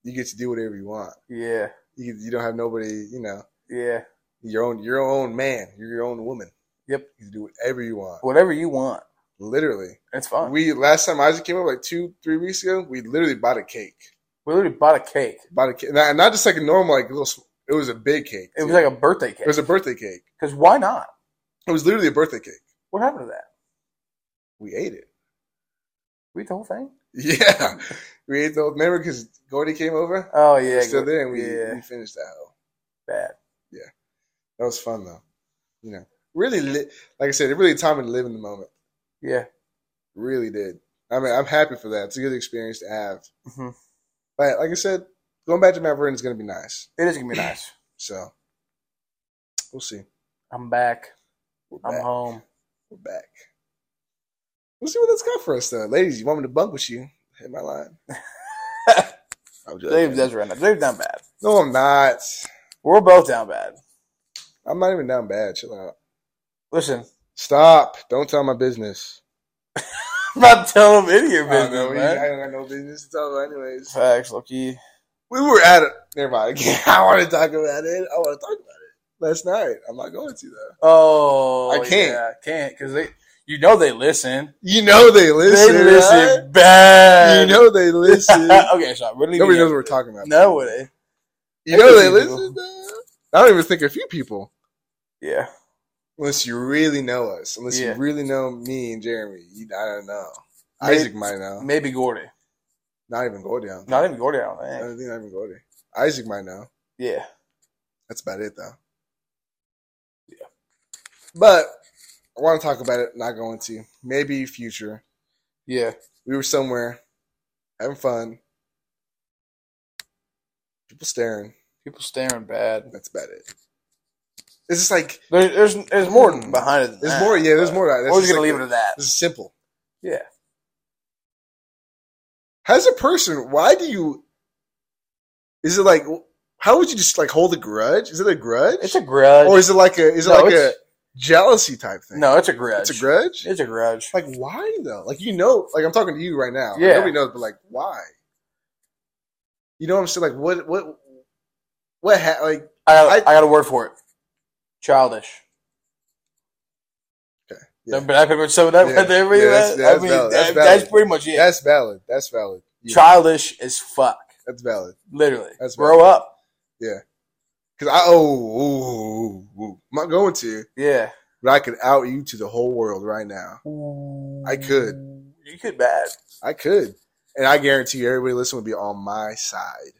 Speaker 1: you get to do whatever you want.
Speaker 2: Yeah,
Speaker 1: You, you don't have nobody, you know,
Speaker 2: yeah.
Speaker 1: your own your own man, you're your own woman.
Speaker 2: Yep.
Speaker 1: You can do whatever you want.
Speaker 2: Whatever you want.
Speaker 1: Literally.
Speaker 2: It's fun. We,
Speaker 1: We last time Isaac came up like two, three weeks ago, we literally bought a cake.
Speaker 2: literally bought a cake.
Speaker 1: Bought a cake. Not, not just like a normal like little s- it was a big cake.
Speaker 2: It was
Speaker 1: too.
Speaker 2: like a birthday cake.
Speaker 1: it was a birthday cake.
Speaker 2: Because why not?
Speaker 1: It was literally a birthday cake.
Speaker 2: What happened to that?
Speaker 1: We ate it.
Speaker 2: We ate the whole thing?
Speaker 1: Yeah. we ate the whole remember because Gordy came over?
Speaker 2: Oh, yeah.
Speaker 1: we still there and we,
Speaker 2: yeah,
Speaker 1: we finished that whole.
Speaker 2: bad.
Speaker 1: That was fun though. You know. Really li- like I said, it really taught me to live in the moment.
Speaker 2: Yeah.
Speaker 1: Really did. I mean, I'm happy for that. It's a good experience to have.
Speaker 2: Mhm.
Speaker 1: But like I said, going back to Mount Vernon is going to be nice.
Speaker 2: It is going to be nice.
Speaker 1: So we'll see.
Speaker 2: I'm back.
Speaker 1: We're back.
Speaker 2: I'm home.
Speaker 1: We're back. We'll see what that's got for us, though. Ladies, you want me to bunk with you? Hit my line. I'm joking.
Speaker 2: Dave's does right now. Dave's down bad.
Speaker 1: No, I'm not.
Speaker 2: We're both down bad.
Speaker 1: I'm not even down bad. Chill out.
Speaker 2: Listen,
Speaker 1: Stop. Don't tell my business.
Speaker 2: I'm not telling him any of your
Speaker 1: I
Speaker 2: business,
Speaker 1: don't know.
Speaker 2: man.
Speaker 1: I don't got no business to tell them anyways.
Speaker 2: Facts, Loki.
Speaker 1: We were at it. Never mind. I want to talk about it. I want to talk about it. Last night. I'm not going to, though.
Speaker 2: Oh,
Speaker 1: I can't.
Speaker 2: yeah, I can't because they, you know, they listen.
Speaker 1: You know they listen.
Speaker 2: they
Speaker 1: right?
Speaker 2: listen bad.
Speaker 1: You know they listen.
Speaker 2: okay, sorry. We're leaving
Speaker 1: Nobody
Speaker 2: you-
Speaker 1: knows what we're talking about.
Speaker 2: Nobody.
Speaker 1: You know they
Speaker 2: I think
Speaker 1: listen. though. I don't even think a few people.
Speaker 2: Yeah,
Speaker 1: Unless you really know us. Unless
Speaker 2: Yeah.
Speaker 1: you really know me and Jeremy. You, I don't know.
Speaker 2: Maybe-
Speaker 1: Isaac might know.
Speaker 2: maybe Gordy.
Speaker 1: Not even Gordy. I don't think.
Speaker 2: Not even Gordy. I don't
Speaker 1: I
Speaker 2: think.
Speaker 1: don't think not even Gordy. Isaac might know.
Speaker 2: Yeah,
Speaker 1: That's about it, though.
Speaker 2: Yeah.
Speaker 1: But I want to talk about it. Not going to. Maybe future.
Speaker 2: yeah.
Speaker 1: We were somewhere having fun. People staring.
Speaker 2: People staring bad.
Speaker 1: That's about it. It's just like
Speaker 2: There, there's there's more
Speaker 1: Hmm.
Speaker 2: behind it. Than
Speaker 1: there's
Speaker 2: that,
Speaker 1: more. Yeah, there's
Speaker 2: but
Speaker 1: more. to that. That's
Speaker 2: We're just
Speaker 1: just
Speaker 2: gonna
Speaker 1: like-
Speaker 2: leave it at that.
Speaker 1: This is simple.
Speaker 2: Yeah.
Speaker 1: As a person, why do you? Is it like how would you just like hold a grudge? Is it a grudge,
Speaker 2: It's a grudge.
Speaker 1: or is it like a is it
Speaker 2: No,
Speaker 1: like a
Speaker 2: it's-
Speaker 1: jealousy type thing?
Speaker 2: no, it's a grudge.
Speaker 1: it's a grudge.
Speaker 2: It's a grudge.
Speaker 1: Like why though? Like you know, like I'm talking to you right now. Like,
Speaker 2: Yeah.
Speaker 1: nobody knows, but like why? You know what I'm saying? Like what what what ha- like
Speaker 2: I got, I,
Speaker 1: I-
Speaker 2: got a word for it. Childish.
Speaker 1: Okay, yeah.
Speaker 2: No, But I pretty much summed it up
Speaker 1: Yeah,
Speaker 2: right there. really,
Speaker 1: yeah, that's-
Speaker 2: man. I
Speaker 1: that's
Speaker 2: mean,
Speaker 1: valid, that's
Speaker 2: that- that's
Speaker 1: valid.
Speaker 2: pretty much it.
Speaker 1: that's valid. That's valid. Yeah,
Speaker 2: Childish as fuck.
Speaker 1: that's valid.
Speaker 2: Literally.
Speaker 1: That's
Speaker 2: Grow up.
Speaker 1: Yeah. Because I oh, ooh, ooh, ooh. I'm not going to,
Speaker 2: Yeah.
Speaker 1: but I could out you to the whole world right now. I could.
Speaker 2: You could bad.
Speaker 1: I could, and I guarantee you, everybody listening would be on my side.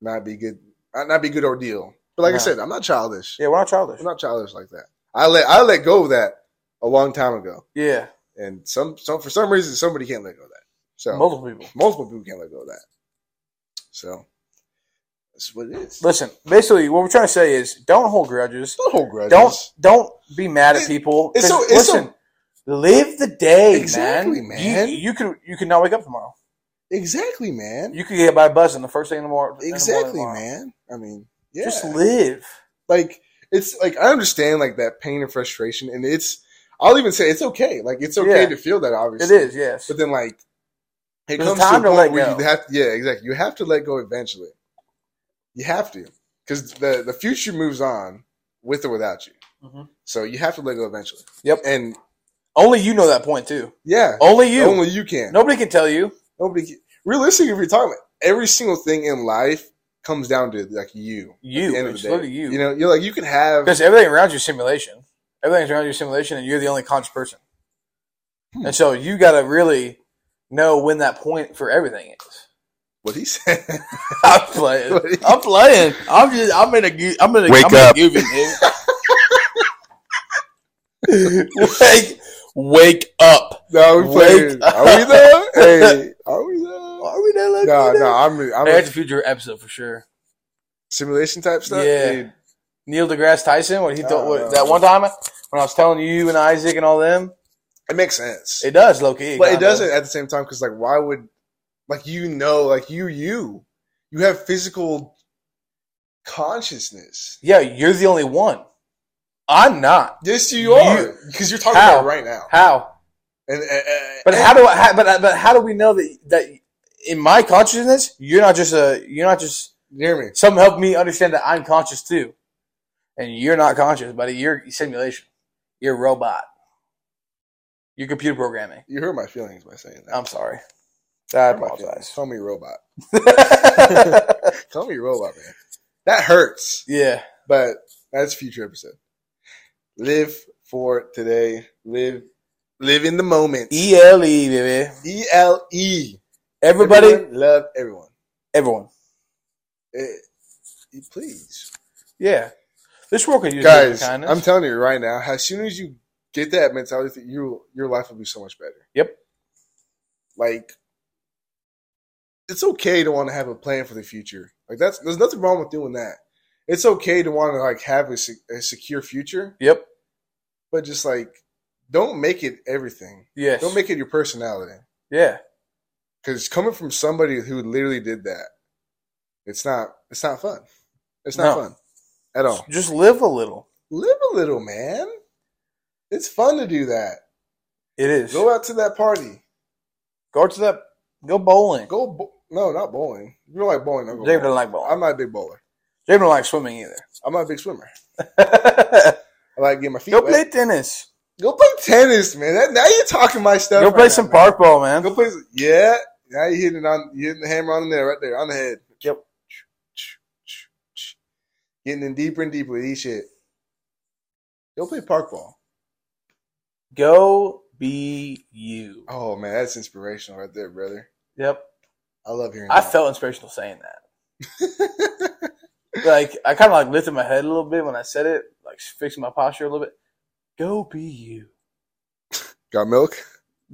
Speaker 1: Not be good, not not be good ordeal. But like I
Speaker 2: No.
Speaker 1: said, I'm not childish.
Speaker 2: Yeah, we're not childish.
Speaker 1: I'm not childish like that. I let I let go of that a long time ago,
Speaker 2: yeah.
Speaker 1: and some some for some reason somebody can't let go of that. So
Speaker 2: Multiple people.
Speaker 1: multiple people can't let go of that. So that's what it is.
Speaker 2: Listen, basically what we're trying to say is don't hold grudges.
Speaker 1: Don't hold grudges.
Speaker 2: Don't don't be mad
Speaker 1: It-
Speaker 2: at people.
Speaker 1: it's so-
Speaker 2: 'Cause
Speaker 1: it's so-
Speaker 2: listen, live the day,
Speaker 1: Exactly,
Speaker 2: man.
Speaker 1: man.
Speaker 2: You, you could you could not wake up tomorrow.
Speaker 1: exactly, man.
Speaker 2: You could get by a bus in the first thing in the morning.
Speaker 1: exactly, man. I mean, yeah.
Speaker 2: Just live.
Speaker 1: like it's like I understand like that pain and frustration, and it's I'll even say it's okay. Like it's okay
Speaker 2: Yeah.
Speaker 1: to feel that,
Speaker 2: It
Speaker 1: obviously.
Speaker 2: is, yes.
Speaker 1: But then like it
Speaker 2: There's
Speaker 1: comes
Speaker 2: time
Speaker 1: to a
Speaker 2: to
Speaker 1: point
Speaker 2: let
Speaker 1: where you
Speaker 2: go.
Speaker 1: have yeah, exactly. You have to let go eventually. You have to because the the future moves on with or without you.
Speaker 2: Mhm.
Speaker 1: So you have to let go eventually.
Speaker 2: Yep.
Speaker 1: And
Speaker 2: Only you know that point too.
Speaker 1: yeah,
Speaker 2: Only you.
Speaker 1: only you can.
Speaker 2: Nobody can tell you.
Speaker 1: Nobody. Can. Realistically, if you're talking about every single thing in life comes down to like you.
Speaker 2: You.
Speaker 1: end of
Speaker 2: it's
Speaker 1: the day.
Speaker 2: literally you.
Speaker 1: You know, you're like you can have
Speaker 2: Because everything around you is simulation. Everything's around you is simulation, and you're the only conscious person.
Speaker 1: Hmm.
Speaker 2: And so you got to really know when that point for everything is.
Speaker 1: what he said.
Speaker 2: I'm playing.
Speaker 1: What he-
Speaker 2: I'm playing. I'm just. I'm in a. goo- I'm in a.
Speaker 3: Wake
Speaker 2: I'm in a
Speaker 3: up.
Speaker 2: goofy, dude. wake, wake up.
Speaker 1: No, we
Speaker 2: Wake
Speaker 1: played. Are we there? Hey, are we there?
Speaker 2: Are we there? Like
Speaker 1: No, no, I'm, I'm
Speaker 2: Hey,
Speaker 1: a
Speaker 2: that's a future episode for sure.
Speaker 1: simulation type stuff.
Speaker 2: Yeah.
Speaker 1: Dude,
Speaker 2: Neil deGrasse Tyson, what he
Speaker 1: Oh,
Speaker 2: thought
Speaker 1: no.
Speaker 2: what, that one time when I was telling you and Isaac and all them,
Speaker 1: it makes sense,
Speaker 2: it does, low key.
Speaker 1: but it
Speaker 2: kinda.
Speaker 1: doesn't at the same time because, like, why would, like, you know, like you, you, you have physical consciousness.
Speaker 2: Yeah, you're the only one. I'm not.
Speaker 1: Yes, you
Speaker 2: You-
Speaker 1: are because you're talking
Speaker 2: How?
Speaker 1: about it right now.
Speaker 2: How?
Speaker 1: And, and- and-
Speaker 2: But how do I? How, but but how do we know that that in my consciousness, you're not just a you're not just
Speaker 1: you hear me?
Speaker 2: some help me understand that I'm conscious too, and you're not conscious, buddy. You're simulation. You're a robot. You're computer programming.
Speaker 1: You hurt my feelings by saying that.
Speaker 2: I'm sorry. I
Speaker 1: Hurt my feelings.
Speaker 2: apologize.
Speaker 1: Call me robot.
Speaker 2: yeah,
Speaker 1: Call me robot, man. That hurts. But that's future episode. Live for today. Live live in the moment. E
Speaker 2: E L E baby.
Speaker 1: L E.
Speaker 2: Everybody,
Speaker 1: Everyone, love everyone.
Speaker 2: everyone.
Speaker 1: Eh, eh, please,
Speaker 2: Yeah, this world could use a little
Speaker 1: guys.
Speaker 2: kindness.
Speaker 1: I'm telling you right now. As soon as you get that mentality, you your life will be so much better.
Speaker 2: Yep.
Speaker 1: Like it's okay to want to have a plan for the future. Like that's there's nothing wrong with doing that. It's okay to want to like have a, se- a secure future,
Speaker 2: yep.
Speaker 1: but just like don't make it everything.
Speaker 2: Yes.
Speaker 1: Don't make it your personality.
Speaker 2: yeah.
Speaker 1: Because coming from somebody who literally did that, it's not it's not fun. It's not
Speaker 2: No.
Speaker 1: fun at all.
Speaker 2: Just live a little.
Speaker 1: Live a little, man. It's fun to do that.
Speaker 2: It is.
Speaker 1: Go out to that party.
Speaker 2: Go to that. Go bowling.
Speaker 1: Go bo- no, not bowling. You don't like bowling. Don't go bowling.
Speaker 2: Jacob doesn't like bowling.
Speaker 1: I'm not a big bowler.
Speaker 2: Jacob don't like swimming either.
Speaker 1: I'm not a big swimmer. I like getting my feet
Speaker 2: go
Speaker 1: wet.
Speaker 2: play tennis.
Speaker 1: go play tennis, man. That, now you're talking my stuff.
Speaker 2: Go
Speaker 1: right
Speaker 2: play
Speaker 1: now,
Speaker 2: some
Speaker 1: man.
Speaker 2: park ball, man.
Speaker 1: Go play. Some- yeah. Now you're hitting on you're hitting the hammer on the nail right there on the head.
Speaker 2: Yep.
Speaker 1: Getting in deeper and deeper with each hit. Go play park ball.
Speaker 2: Go be you.
Speaker 1: Oh man, that's inspirational right there, brother.
Speaker 2: Yep.
Speaker 1: I love hearing.
Speaker 2: I
Speaker 1: that.
Speaker 2: felt inspirational saying that. Like I kind of like lifted my head a little bit when I said it, like fixing my posture a little bit. Go be you.
Speaker 1: got milk.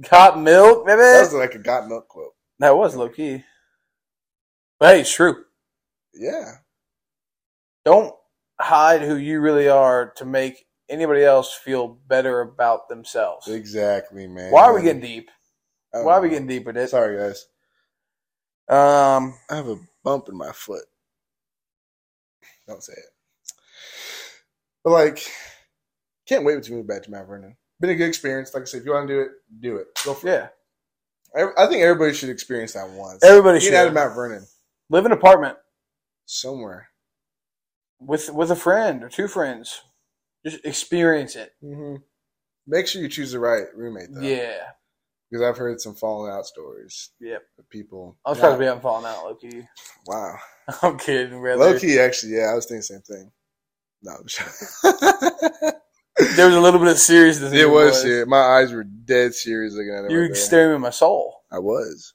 Speaker 2: Got milk, baby.
Speaker 1: That was like a got milk quote.
Speaker 2: That was low key. But hey, it's true.
Speaker 1: Yeah,
Speaker 2: Don't hide who you really are to make anybody else feel better about themselves.
Speaker 1: exactly, man.
Speaker 2: Why are we getting deep?
Speaker 1: I don't
Speaker 2: Why are we
Speaker 1: know.
Speaker 2: getting deep with this?
Speaker 1: Sorry, guys.
Speaker 2: Um,
Speaker 1: I have a bump in my foot. Don't say it. But like, can't wait to move back to Mount Vernon. Been a good experience. Like I said, if you want to do it, do it. Go for it.
Speaker 2: yeah,
Speaker 1: Ev- I think everybody should experience that once.
Speaker 2: everybody
Speaker 1: Get
Speaker 2: should
Speaker 1: out of Mount Vernon
Speaker 2: live in an apartment
Speaker 1: somewhere.
Speaker 2: with with a friend or two friends. Just experience it.
Speaker 1: Mm-hmm. Make sure you choose the right roommate, though.
Speaker 2: Yeah,
Speaker 1: because I've heard some falling out stories.
Speaker 2: Yep.
Speaker 1: of people.
Speaker 2: I was probably be having falling out, Loki.
Speaker 1: wow.
Speaker 2: I'm kidding. Rather.
Speaker 1: Low key, actually, yeah, I was thinking the same thing. No, I'm sure.
Speaker 2: There was a little bit of seriousness. in
Speaker 1: it
Speaker 2: your
Speaker 1: was
Speaker 2: voice.
Speaker 1: serious. My eyes were dead serious looking at it.
Speaker 2: You
Speaker 1: right
Speaker 2: were
Speaker 1: there.
Speaker 2: staring at my soul.
Speaker 1: I was.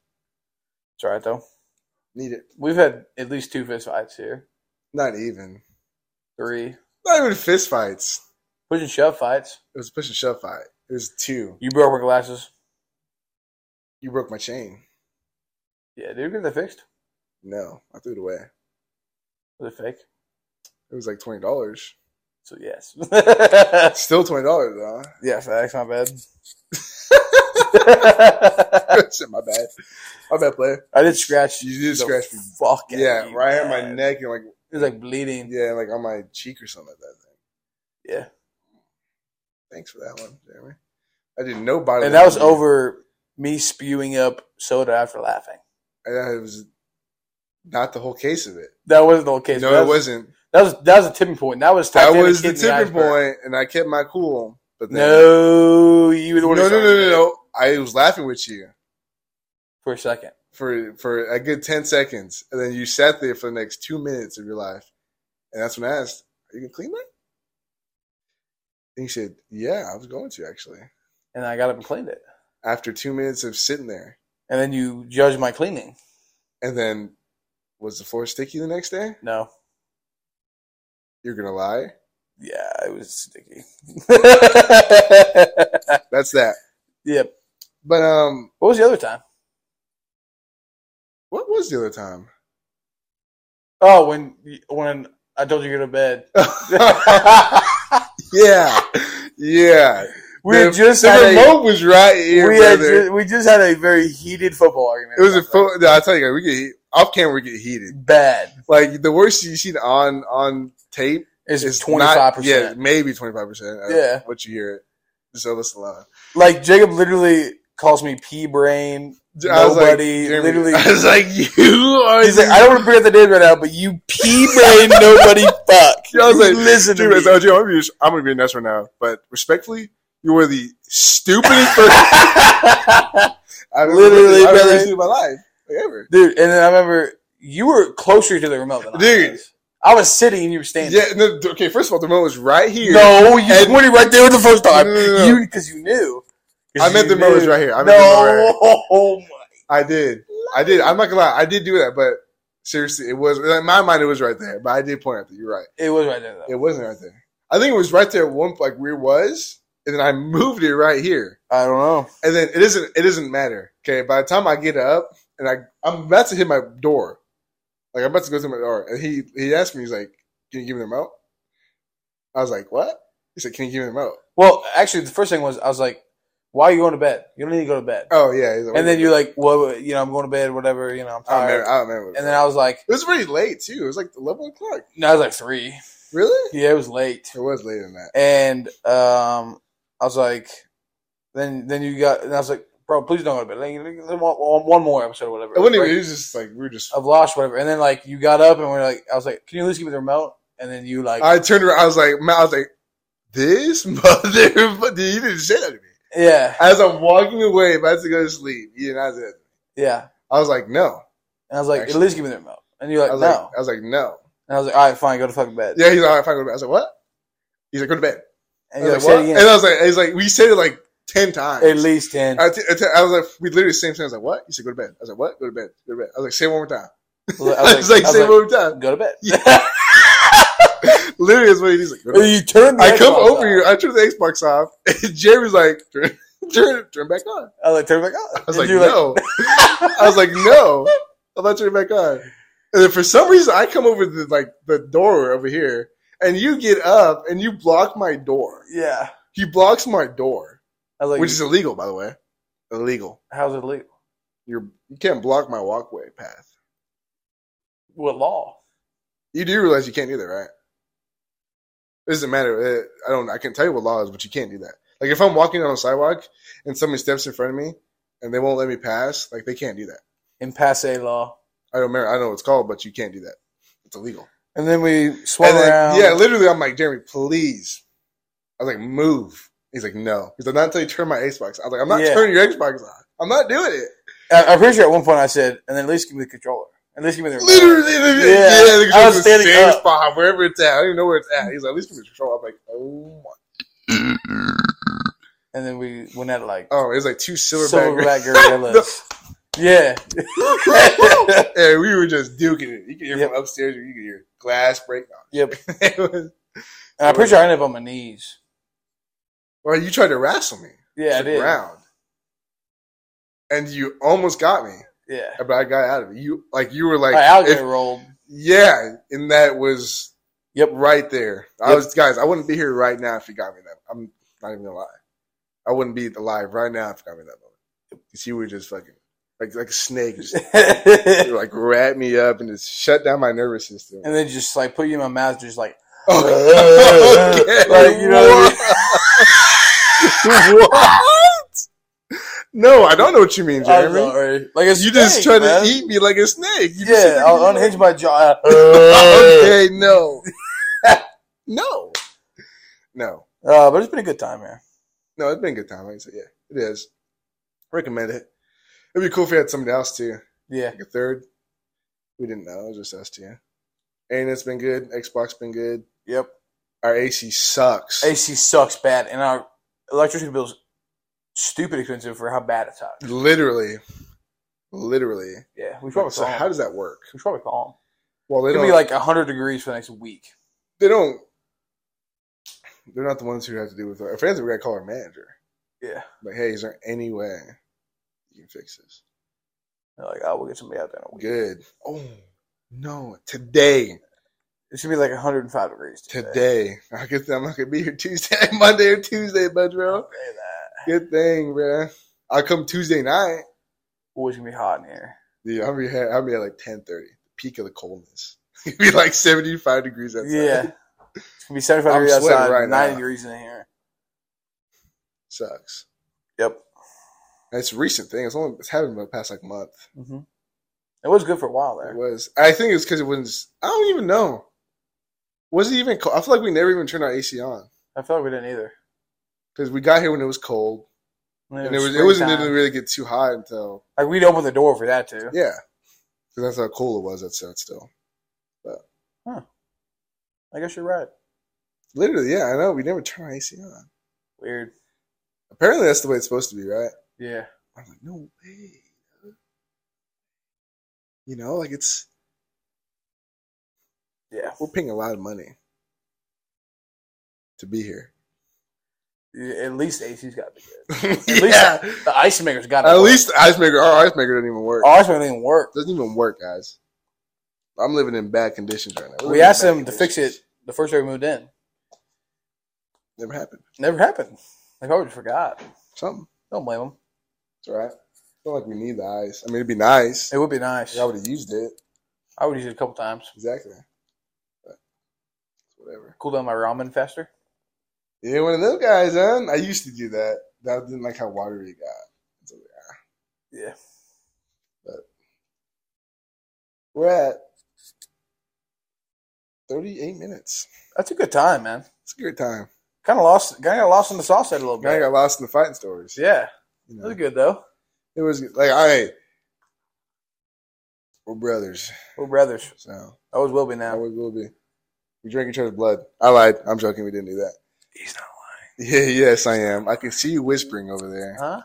Speaker 2: It's all right though.
Speaker 1: Need it.
Speaker 2: We've had at least two fist fights here.
Speaker 1: Not even.
Speaker 2: Three.
Speaker 1: Not even fist fights.
Speaker 2: Push and shove fights.
Speaker 1: It was a push and shove fight. It was two.
Speaker 2: You broke my glasses.
Speaker 1: You broke my chain.
Speaker 2: Yeah, did you get that fixed?
Speaker 1: No, I threw it away.
Speaker 2: Was it fake?
Speaker 1: It was like twenty dollars.
Speaker 2: So yes.
Speaker 1: Still twenty dollars though.
Speaker 2: yeah, facts, my bad.
Speaker 1: Shit, my bad. My bad, player.
Speaker 2: I did scratch
Speaker 1: You did
Speaker 2: the
Speaker 1: scratch me.
Speaker 2: Fuck out of
Speaker 1: Yeah,
Speaker 2: you,
Speaker 1: right on my
Speaker 2: man.
Speaker 1: neck and like
Speaker 2: It was like bleeding.
Speaker 1: yeah, like on my cheek or something like that.
Speaker 2: Yeah.
Speaker 1: Thanks for that one, Jeremy. I did no body.
Speaker 2: And that was
Speaker 1: language.
Speaker 2: over me spewing up soda after laughing.
Speaker 1: And that was not the whole case of it.
Speaker 2: That wasn't the whole case.
Speaker 1: no,
Speaker 2: but that
Speaker 1: it wasn't.
Speaker 2: That was that was a tipping point. That was
Speaker 1: That
Speaker 2: Titanic
Speaker 1: was the
Speaker 2: hitting
Speaker 1: tipping
Speaker 2: iceberg.
Speaker 1: point, and I kept my cool. But then,
Speaker 2: No, you were the
Speaker 1: no,
Speaker 2: one.
Speaker 1: no,
Speaker 2: who
Speaker 1: no,
Speaker 2: started
Speaker 1: no,
Speaker 2: it
Speaker 1: no. I was laughing with you
Speaker 2: For a second,
Speaker 1: for for a good ten seconds, and then you sat there for the next two minutes of your life, and that's when I asked, "Are you gonna clean that?" And you said, "Yeah, I was going to actually."
Speaker 2: and I got up and cleaned it.
Speaker 1: After two minutes of sitting there,
Speaker 2: And then you judged my cleaning.
Speaker 1: and then was the floor sticky the next day?
Speaker 2: No,
Speaker 1: You're gonna lie?
Speaker 2: yeah, it was sticky.
Speaker 1: That's that.
Speaker 2: yep.
Speaker 1: But um,
Speaker 2: What was the other time?
Speaker 1: what was the other time?
Speaker 2: Oh, when you- when I told you to go to bed.
Speaker 1: yeah, yeah.
Speaker 2: we
Speaker 1: The-
Speaker 2: had just
Speaker 1: the
Speaker 2: had a,
Speaker 1: remote was right here,
Speaker 2: we had
Speaker 1: brother.
Speaker 2: ju- we just had a very heated football argument.
Speaker 1: it was a
Speaker 2: about
Speaker 1: full, no, I tell you, guys, we get heat- off camera, we get
Speaker 2: that.
Speaker 1: heated.
Speaker 2: bad.
Speaker 1: Like the worst you seen on on tape
Speaker 2: It's
Speaker 1: is
Speaker 2: twenty five
Speaker 1: not- Yeah,
Speaker 2: percent.
Speaker 1: maybe twenty five percent.
Speaker 2: Yeah.
Speaker 1: what you hear it. So that's a lot.
Speaker 2: Like Jacob literally calls me pea brain.
Speaker 1: I was like,
Speaker 2: Nobody,
Speaker 1: Jeremy-
Speaker 2: literally-
Speaker 1: I was like, you are.
Speaker 2: He's like, I don't want to bring up the name right now, but you pea brain nobody fuck.
Speaker 1: Yeah, I was like,
Speaker 2: listen to
Speaker 1: Dude,
Speaker 2: me.
Speaker 1: it's- oh, dude, I'm, gonna be, I'm gonna be nuts right now, but respectfully, you were the stupidest person I've ever
Speaker 2: Literally,
Speaker 1: I've ever
Speaker 2: brother.
Speaker 1: seen in my life, like, ever.
Speaker 2: Dude, and then I remember you were closer to the remote than I
Speaker 1: Dude.
Speaker 2: was. I was sitting and you were standing.
Speaker 1: Yeah, no, okay. First of all, the moment was right here.
Speaker 2: no, you
Speaker 1: And-
Speaker 2: pointed right there the first time.
Speaker 1: No, no, no, no.
Speaker 2: You because you knew. 'Cause
Speaker 1: I meant
Speaker 2: you
Speaker 1: the moment was
Speaker 2: knew.
Speaker 1: right here. I meant the moment right here.
Speaker 2: no, oh
Speaker 1: I did. I did. I'm not gonna lie. I did do that, but seriously, it was in my mind. It was right there, but I did point out that you're right.
Speaker 2: my. It was right there
Speaker 1: It
Speaker 2: though.
Speaker 1: wasn't right there. I think it was right there at one like where it was, and then I moved it right here.
Speaker 2: I don't know.
Speaker 1: And then it isn't. It doesn't matter. Okay. By the time I get up and I I'm about to hit my door, like I'm about to go through my door, and he he asked me, he's like, "Can you give me the remote?" I was like, "What?" He said, "Can you give me the remote?"
Speaker 2: Well, actually, the first thing was I was like, "Why are you going to bed? You don't need to go to bed."
Speaker 1: Oh yeah. He's like, "Oh,
Speaker 2: and then you're like, "Well, you know, I'm going to bed. Whatever. You
Speaker 1: I
Speaker 2: know, I'm
Speaker 1: don't
Speaker 2: tired."
Speaker 1: remember. I don't remember.
Speaker 2: and then I was like,
Speaker 1: it was pretty late too. It was like eleven o'clock.
Speaker 2: "No, I was like three.
Speaker 1: Really?
Speaker 2: Yeah, it was late."
Speaker 1: It was later than that.
Speaker 2: And um, I was like, then then you got, and I was like, bro, please don't go to bed. Like, like, one, one more episode or whatever.
Speaker 1: It wasn't even.
Speaker 2: Like,
Speaker 1: It was just like we were just.
Speaker 2: I've lost whatever. And then like you got up and we're like, I was like, can you at least give me the remote? And then you like,
Speaker 1: I turned around. I was like, man, I was like, this motherfucker. Dude, You didn't say that to me.
Speaker 2: yeah,
Speaker 1: As I'm walking away, about to go to sleep, you and I said,
Speaker 2: yeah.
Speaker 1: I was like, no.
Speaker 2: And I was like, at
Speaker 1: Actually-
Speaker 2: least give me the remote. And you're
Speaker 1: I
Speaker 2: like,
Speaker 1: was
Speaker 2: no.
Speaker 1: like, I was like, no.
Speaker 2: and I was like, all right, fine, go to fucking bed.
Speaker 1: Yeah, he's like, all right, fine, go to bed. I was like, what? He's like, go to bed.
Speaker 2: And
Speaker 1: I
Speaker 2: you're like,
Speaker 1: was like,
Speaker 2: say it
Speaker 1: what?
Speaker 2: again.
Speaker 1: And I was like, he's like, we said it like ten times.
Speaker 2: at least ten.
Speaker 1: I, t- I, t- I was like, we literally the same thing. I was like, what? He said, go to bed. I was like, what? Go to bed. Go to bed. I was like, say it one more time.
Speaker 2: I was like,
Speaker 1: I was like,
Speaker 2: I was
Speaker 1: say
Speaker 2: like,
Speaker 1: it one more time.
Speaker 2: go to bed.
Speaker 1: Yeah. literally, is what he's like. Go to bed.
Speaker 2: And you turn. The
Speaker 1: I come
Speaker 2: Xbox
Speaker 1: over
Speaker 2: off.
Speaker 1: here, I turn the Xbox off, and Jeremy's like, turn, turn, turn it back on.
Speaker 2: I was like, turn it back on.
Speaker 1: I was
Speaker 2: And
Speaker 1: like,
Speaker 2: you're
Speaker 1: no. I was like, no. I'm not turning it back on. And then for some reason, I come over the like the door over here, and you get up and you block my door.
Speaker 2: yeah.
Speaker 1: He blocks my door,
Speaker 2: I was like,
Speaker 1: which is illegal, by the way. Illegal.
Speaker 2: how's it legal?
Speaker 1: You're you can't block my walkway path.
Speaker 2: What law?
Speaker 1: You do realize you can't do that, right? It doesn't matter. eh, I don't. I can tell you what law is, but you can't do that. Like if I'm walking on a sidewalk and somebody steps in front of me and they won't let me pass, like they can't do that.
Speaker 2: In passe law.
Speaker 1: I don't remember. I don't know what it's called, but you can't do that. It's illegal.
Speaker 2: And then we swung
Speaker 1: And then-
Speaker 2: around.
Speaker 1: yeah, literally, I'm like Jeremy, please. I was like, move. He's like, no. He's like, not until you turn my Xbox. I was like, I'm not
Speaker 2: Yeah.
Speaker 1: turning your Xbox on. I'm not doing it.
Speaker 2: I, I'm pretty sure at one point I said, and then at least give me the controller. At least give me the remote.
Speaker 1: Literally, the-
Speaker 2: Yeah.
Speaker 1: yeah, the
Speaker 2: I
Speaker 1: I
Speaker 2: was standing
Speaker 1: same
Speaker 2: up.
Speaker 1: spot, wherever it's at. I don't even know where it's at. He's like, at least give me the control. I'm like, oh my.
Speaker 2: And then we went at like
Speaker 1: Oh, it's like two silverback.
Speaker 2: silverback gorillas. yeah,
Speaker 1: and we were just duking it. You could hear
Speaker 2: Yep.
Speaker 1: from upstairs, or you could hear glass break.
Speaker 2: yep.
Speaker 1: It was-
Speaker 2: And I'm pretty sure I ended up on my knees.
Speaker 1: well, you tried to wrestle me.
Speaker 2: Yeah, I
Speaker 1: to the
Speaker 2: did.
Speaker 1: ground. And you almost got me,
Speaker 2: Yeah,
Speaker 1: but I got out of it. You like you were like,
Speaker 2: my alligator
Speaker 1: if-
Speaker 2: rolled.
Speaker 1: yeah, and that was
Speaker 2: Yep.
Speaker 1: right there. I
Speaker 2: Yep.
Speaker 1: was guys, I wouldn't be here right now if you got me that. I'm not even gonna lie, I wouldn't be alive right now if you got me that moment. Because you were just fucking like like a snake, just you, like wrap me up and just shut down my nervous system.
Speaker 2: and then just like put you in my mouth, just like
Speaker 1: Oh, okay.
Speaker 2: like you know. What I mean?
Speaker 1: what? No, I don't know what you mean,
Speaker 2: I'm
Speaker 1: Jeremy.
Speaker 2: sorry. Like a
Speaker 1: You just
Speaker 2: snake,
Speaker 1: try
Speaker 2: man.
Speaker 1: to eat me like a snake. You just-
Speaker 2: Yeah, I'll unhinge my jaw.
Speaker 1: okay, no. no. No.
Speaker 2: Uh, but it's been a good time here.
Speaker 1: No, it's been a good time. Like I said, yeah, it is. Recommend it. It'd be cool if we had somebody else too.
Speaker 2: Yeah,
Speaker 1: Like a third. We didn't know. It was just us two. And it's been good. Xbox been good.
Speaker 2: yep.
Speaker 1: Our AC sucks.
Speaker 2: AC sucks bad, and our electricity bill's stupid expensive for how bad it's hot.
Speaker 1: Literally. Literally.
Speaker 2: Yeah, we should probably
Speaker 1: So
Speaker 2: call.
Speaker 1: how
Speaker 2: How
Speaker 1: does that work?
Speaker 2: we should probably call
Speaker 1: Well, they
Speaker 2: them.
Speaker 1: don't.
Speaker 2: It'll be like hundred degrees for the next week.
Speaker 1: they don't. They're not the ones who have to do with. If anything, we gotta call our manager.
Speaker 2: Yeah,
Speaker 1: Like, hey, is there any way you can fix this?
Speaker 2: They're like oh, we'll get somebody out there in a week.
Speaker 1: Good. Oh no, today,
Speaker 2: It should be like hundred and five degrees today.
Speaker 1: today. I guess I'm not gonna be here Tuesday, Monday or Tuesday, bud,
Speaker 2: Don't
Speaker 1: bro.
Speaker 2: say that.
Speaker 1: Good thing, bro. I'll come Tuesday night.
Speaker 2: Ooh, it's gonna be hot in here.
Speaker 1: Dude, I'll be here. I'll be at like 10:30, peak of the coldness. It'd be like 75 degrees outside.
Speaker 2: Yeah, it's gonna be seventy-five
Speaker 1: I'm
Speaker 2: degrees
Speaker 1: sweating
Speaker 2: outside,
Speaker 1: right
Speaker 2: ninety
Speaker 1: now.
Speaker 2: degrees in here.
Speaker 1: sucks.
Speaker 2: Yep.
Speaker 1: And it's a recent thing. It's only it's happened in the past like month.
Speaker 2: hmm It was good for a while
Speaker 1: It
Speaker 2: there.
Speaker 1: was. I think it's because it wasn't. I don't even know. Was it even cold? I feel like we never even turned our AC on
Speaker 2: I felt like we didn't either.
Speaker 1: because we got here when it was cold, and it was it wasn't
Speaker 2: springtime.
Speaker 1: didn't really get too hot until
Speaker 2: like we'd open the door for that too.
Speaker 1: yeah, because that's how cool it was at set still.
Speaker 2: I guess you're right.
Speaker 1: Literally, yeah, I know we never turned our AC on.
Speaker 2: Weird.
Speaker 1: Apparently, that's the way it's supposed to be, right?
Speaker 2: Yeah.
Speaker 1: I'm like, no way. You know, like it's
Speaker 2: Yeah.
Speaker 1: we're paying a lot of money to be here.
Speaker 2: Yeah, At least AC's got to be good. At
Speaker 1: yeah,
Speaker 2: least the ice maker's got to
Speaker 1: at least the ice maker. Our ice maker doesn't even work.
Speaker 2: our ice maker didn't work.
Speaker 1: doesn't even work, guys. I'm living in bad conditions right now. We're
Speaker 2: We
Speaker 1: living
Speaker 2: asked
Speaker 1: in bad
Speaker 2: them to fix it
Speaker 1: conditions.
Speaker 2: the first day we moved in.
Speaker 1: Never happened.
Speaker 2: Never happened. They probably forgot.
Speaker 1: Something.
Speaker 2: Don't blame them.
Speaker 1: It's all right. It's not like we need the ice. I mean, it'd be nice.
Speaker 2: It would be nice.
Speaker 1: I would have used it.
Speaker 2: I would use it a couple times.
Speaker 1: Exactly. But whatever.
Speaker 2: Cool down my ramen faster.
Speaker 1: Yeah, one of those guys, huh? I used to do that. That didn't like how watery it got. So, yeah.
Speaker 2: Yeah.
Speaker 1: We're at 38 minutes.
Speaker 2: That's a good time, man.
Speaker 1: It's a good time.
Speaker 2: Kind of lost. Kind of got lost in the sauce head a little
Speaker 1: Now I
Speaker 2: bit.
Speaker 1: got lost in the fighting stories.
Speaker 2: Yeah.
Speaker 1: You
Speaker 2: It
Speaker 1: know?
Speaker 2: was good though.
Speaker 1: It was like, all right. We're brothers.
Speaker 2: We're brothers.
Speaker 1: So.
Speaker 2: Always will be now.
Speaker 1: Always will be. We drink each other's blood. I lied. I'm joking. We didn't do that.
Speaker 2: He's not
Speaker 1: Yeah, yes, I am. I can see you whispering over there.
Speaker 2: lying. Huh?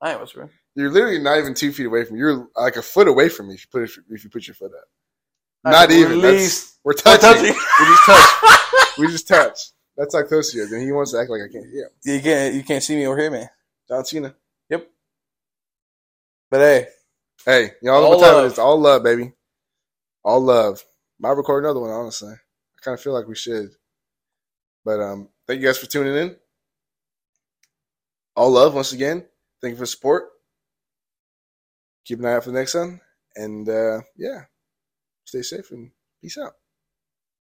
Speaker 2: I ain't whispering.
Speaker 1: You're literally not even two feet away from. You're like a foot away from me. If you put if you put your foot up,
Speaker 2: I
Speaker 1: not
Speaker 2: can
Speaker 1: even. That's,
Speaker 2: release-
Speaker 1: we're
Speaker 2: We're
Speaker 1: touching. we just touch. We just touch. That's how close you are. Then he wants to act like I can't hear him.
Speaker 2: you can't. You can't see me or hear me.
Speaker 1: John Cena.
Speaker 2: But hey,
Speaker 1: Hey, y'all know
Speaker 2: All
Speaker 1: what time
Speaker 2: love.
Speaker 1: it is. All love, baby. All love. Might record another one. Honestly, I kind of feel like we should. But um, thank you guys for tuning in. All love once again. Thank you for the support. Keep an eye out for the next one, and uh, yeah, stay safe and peace out.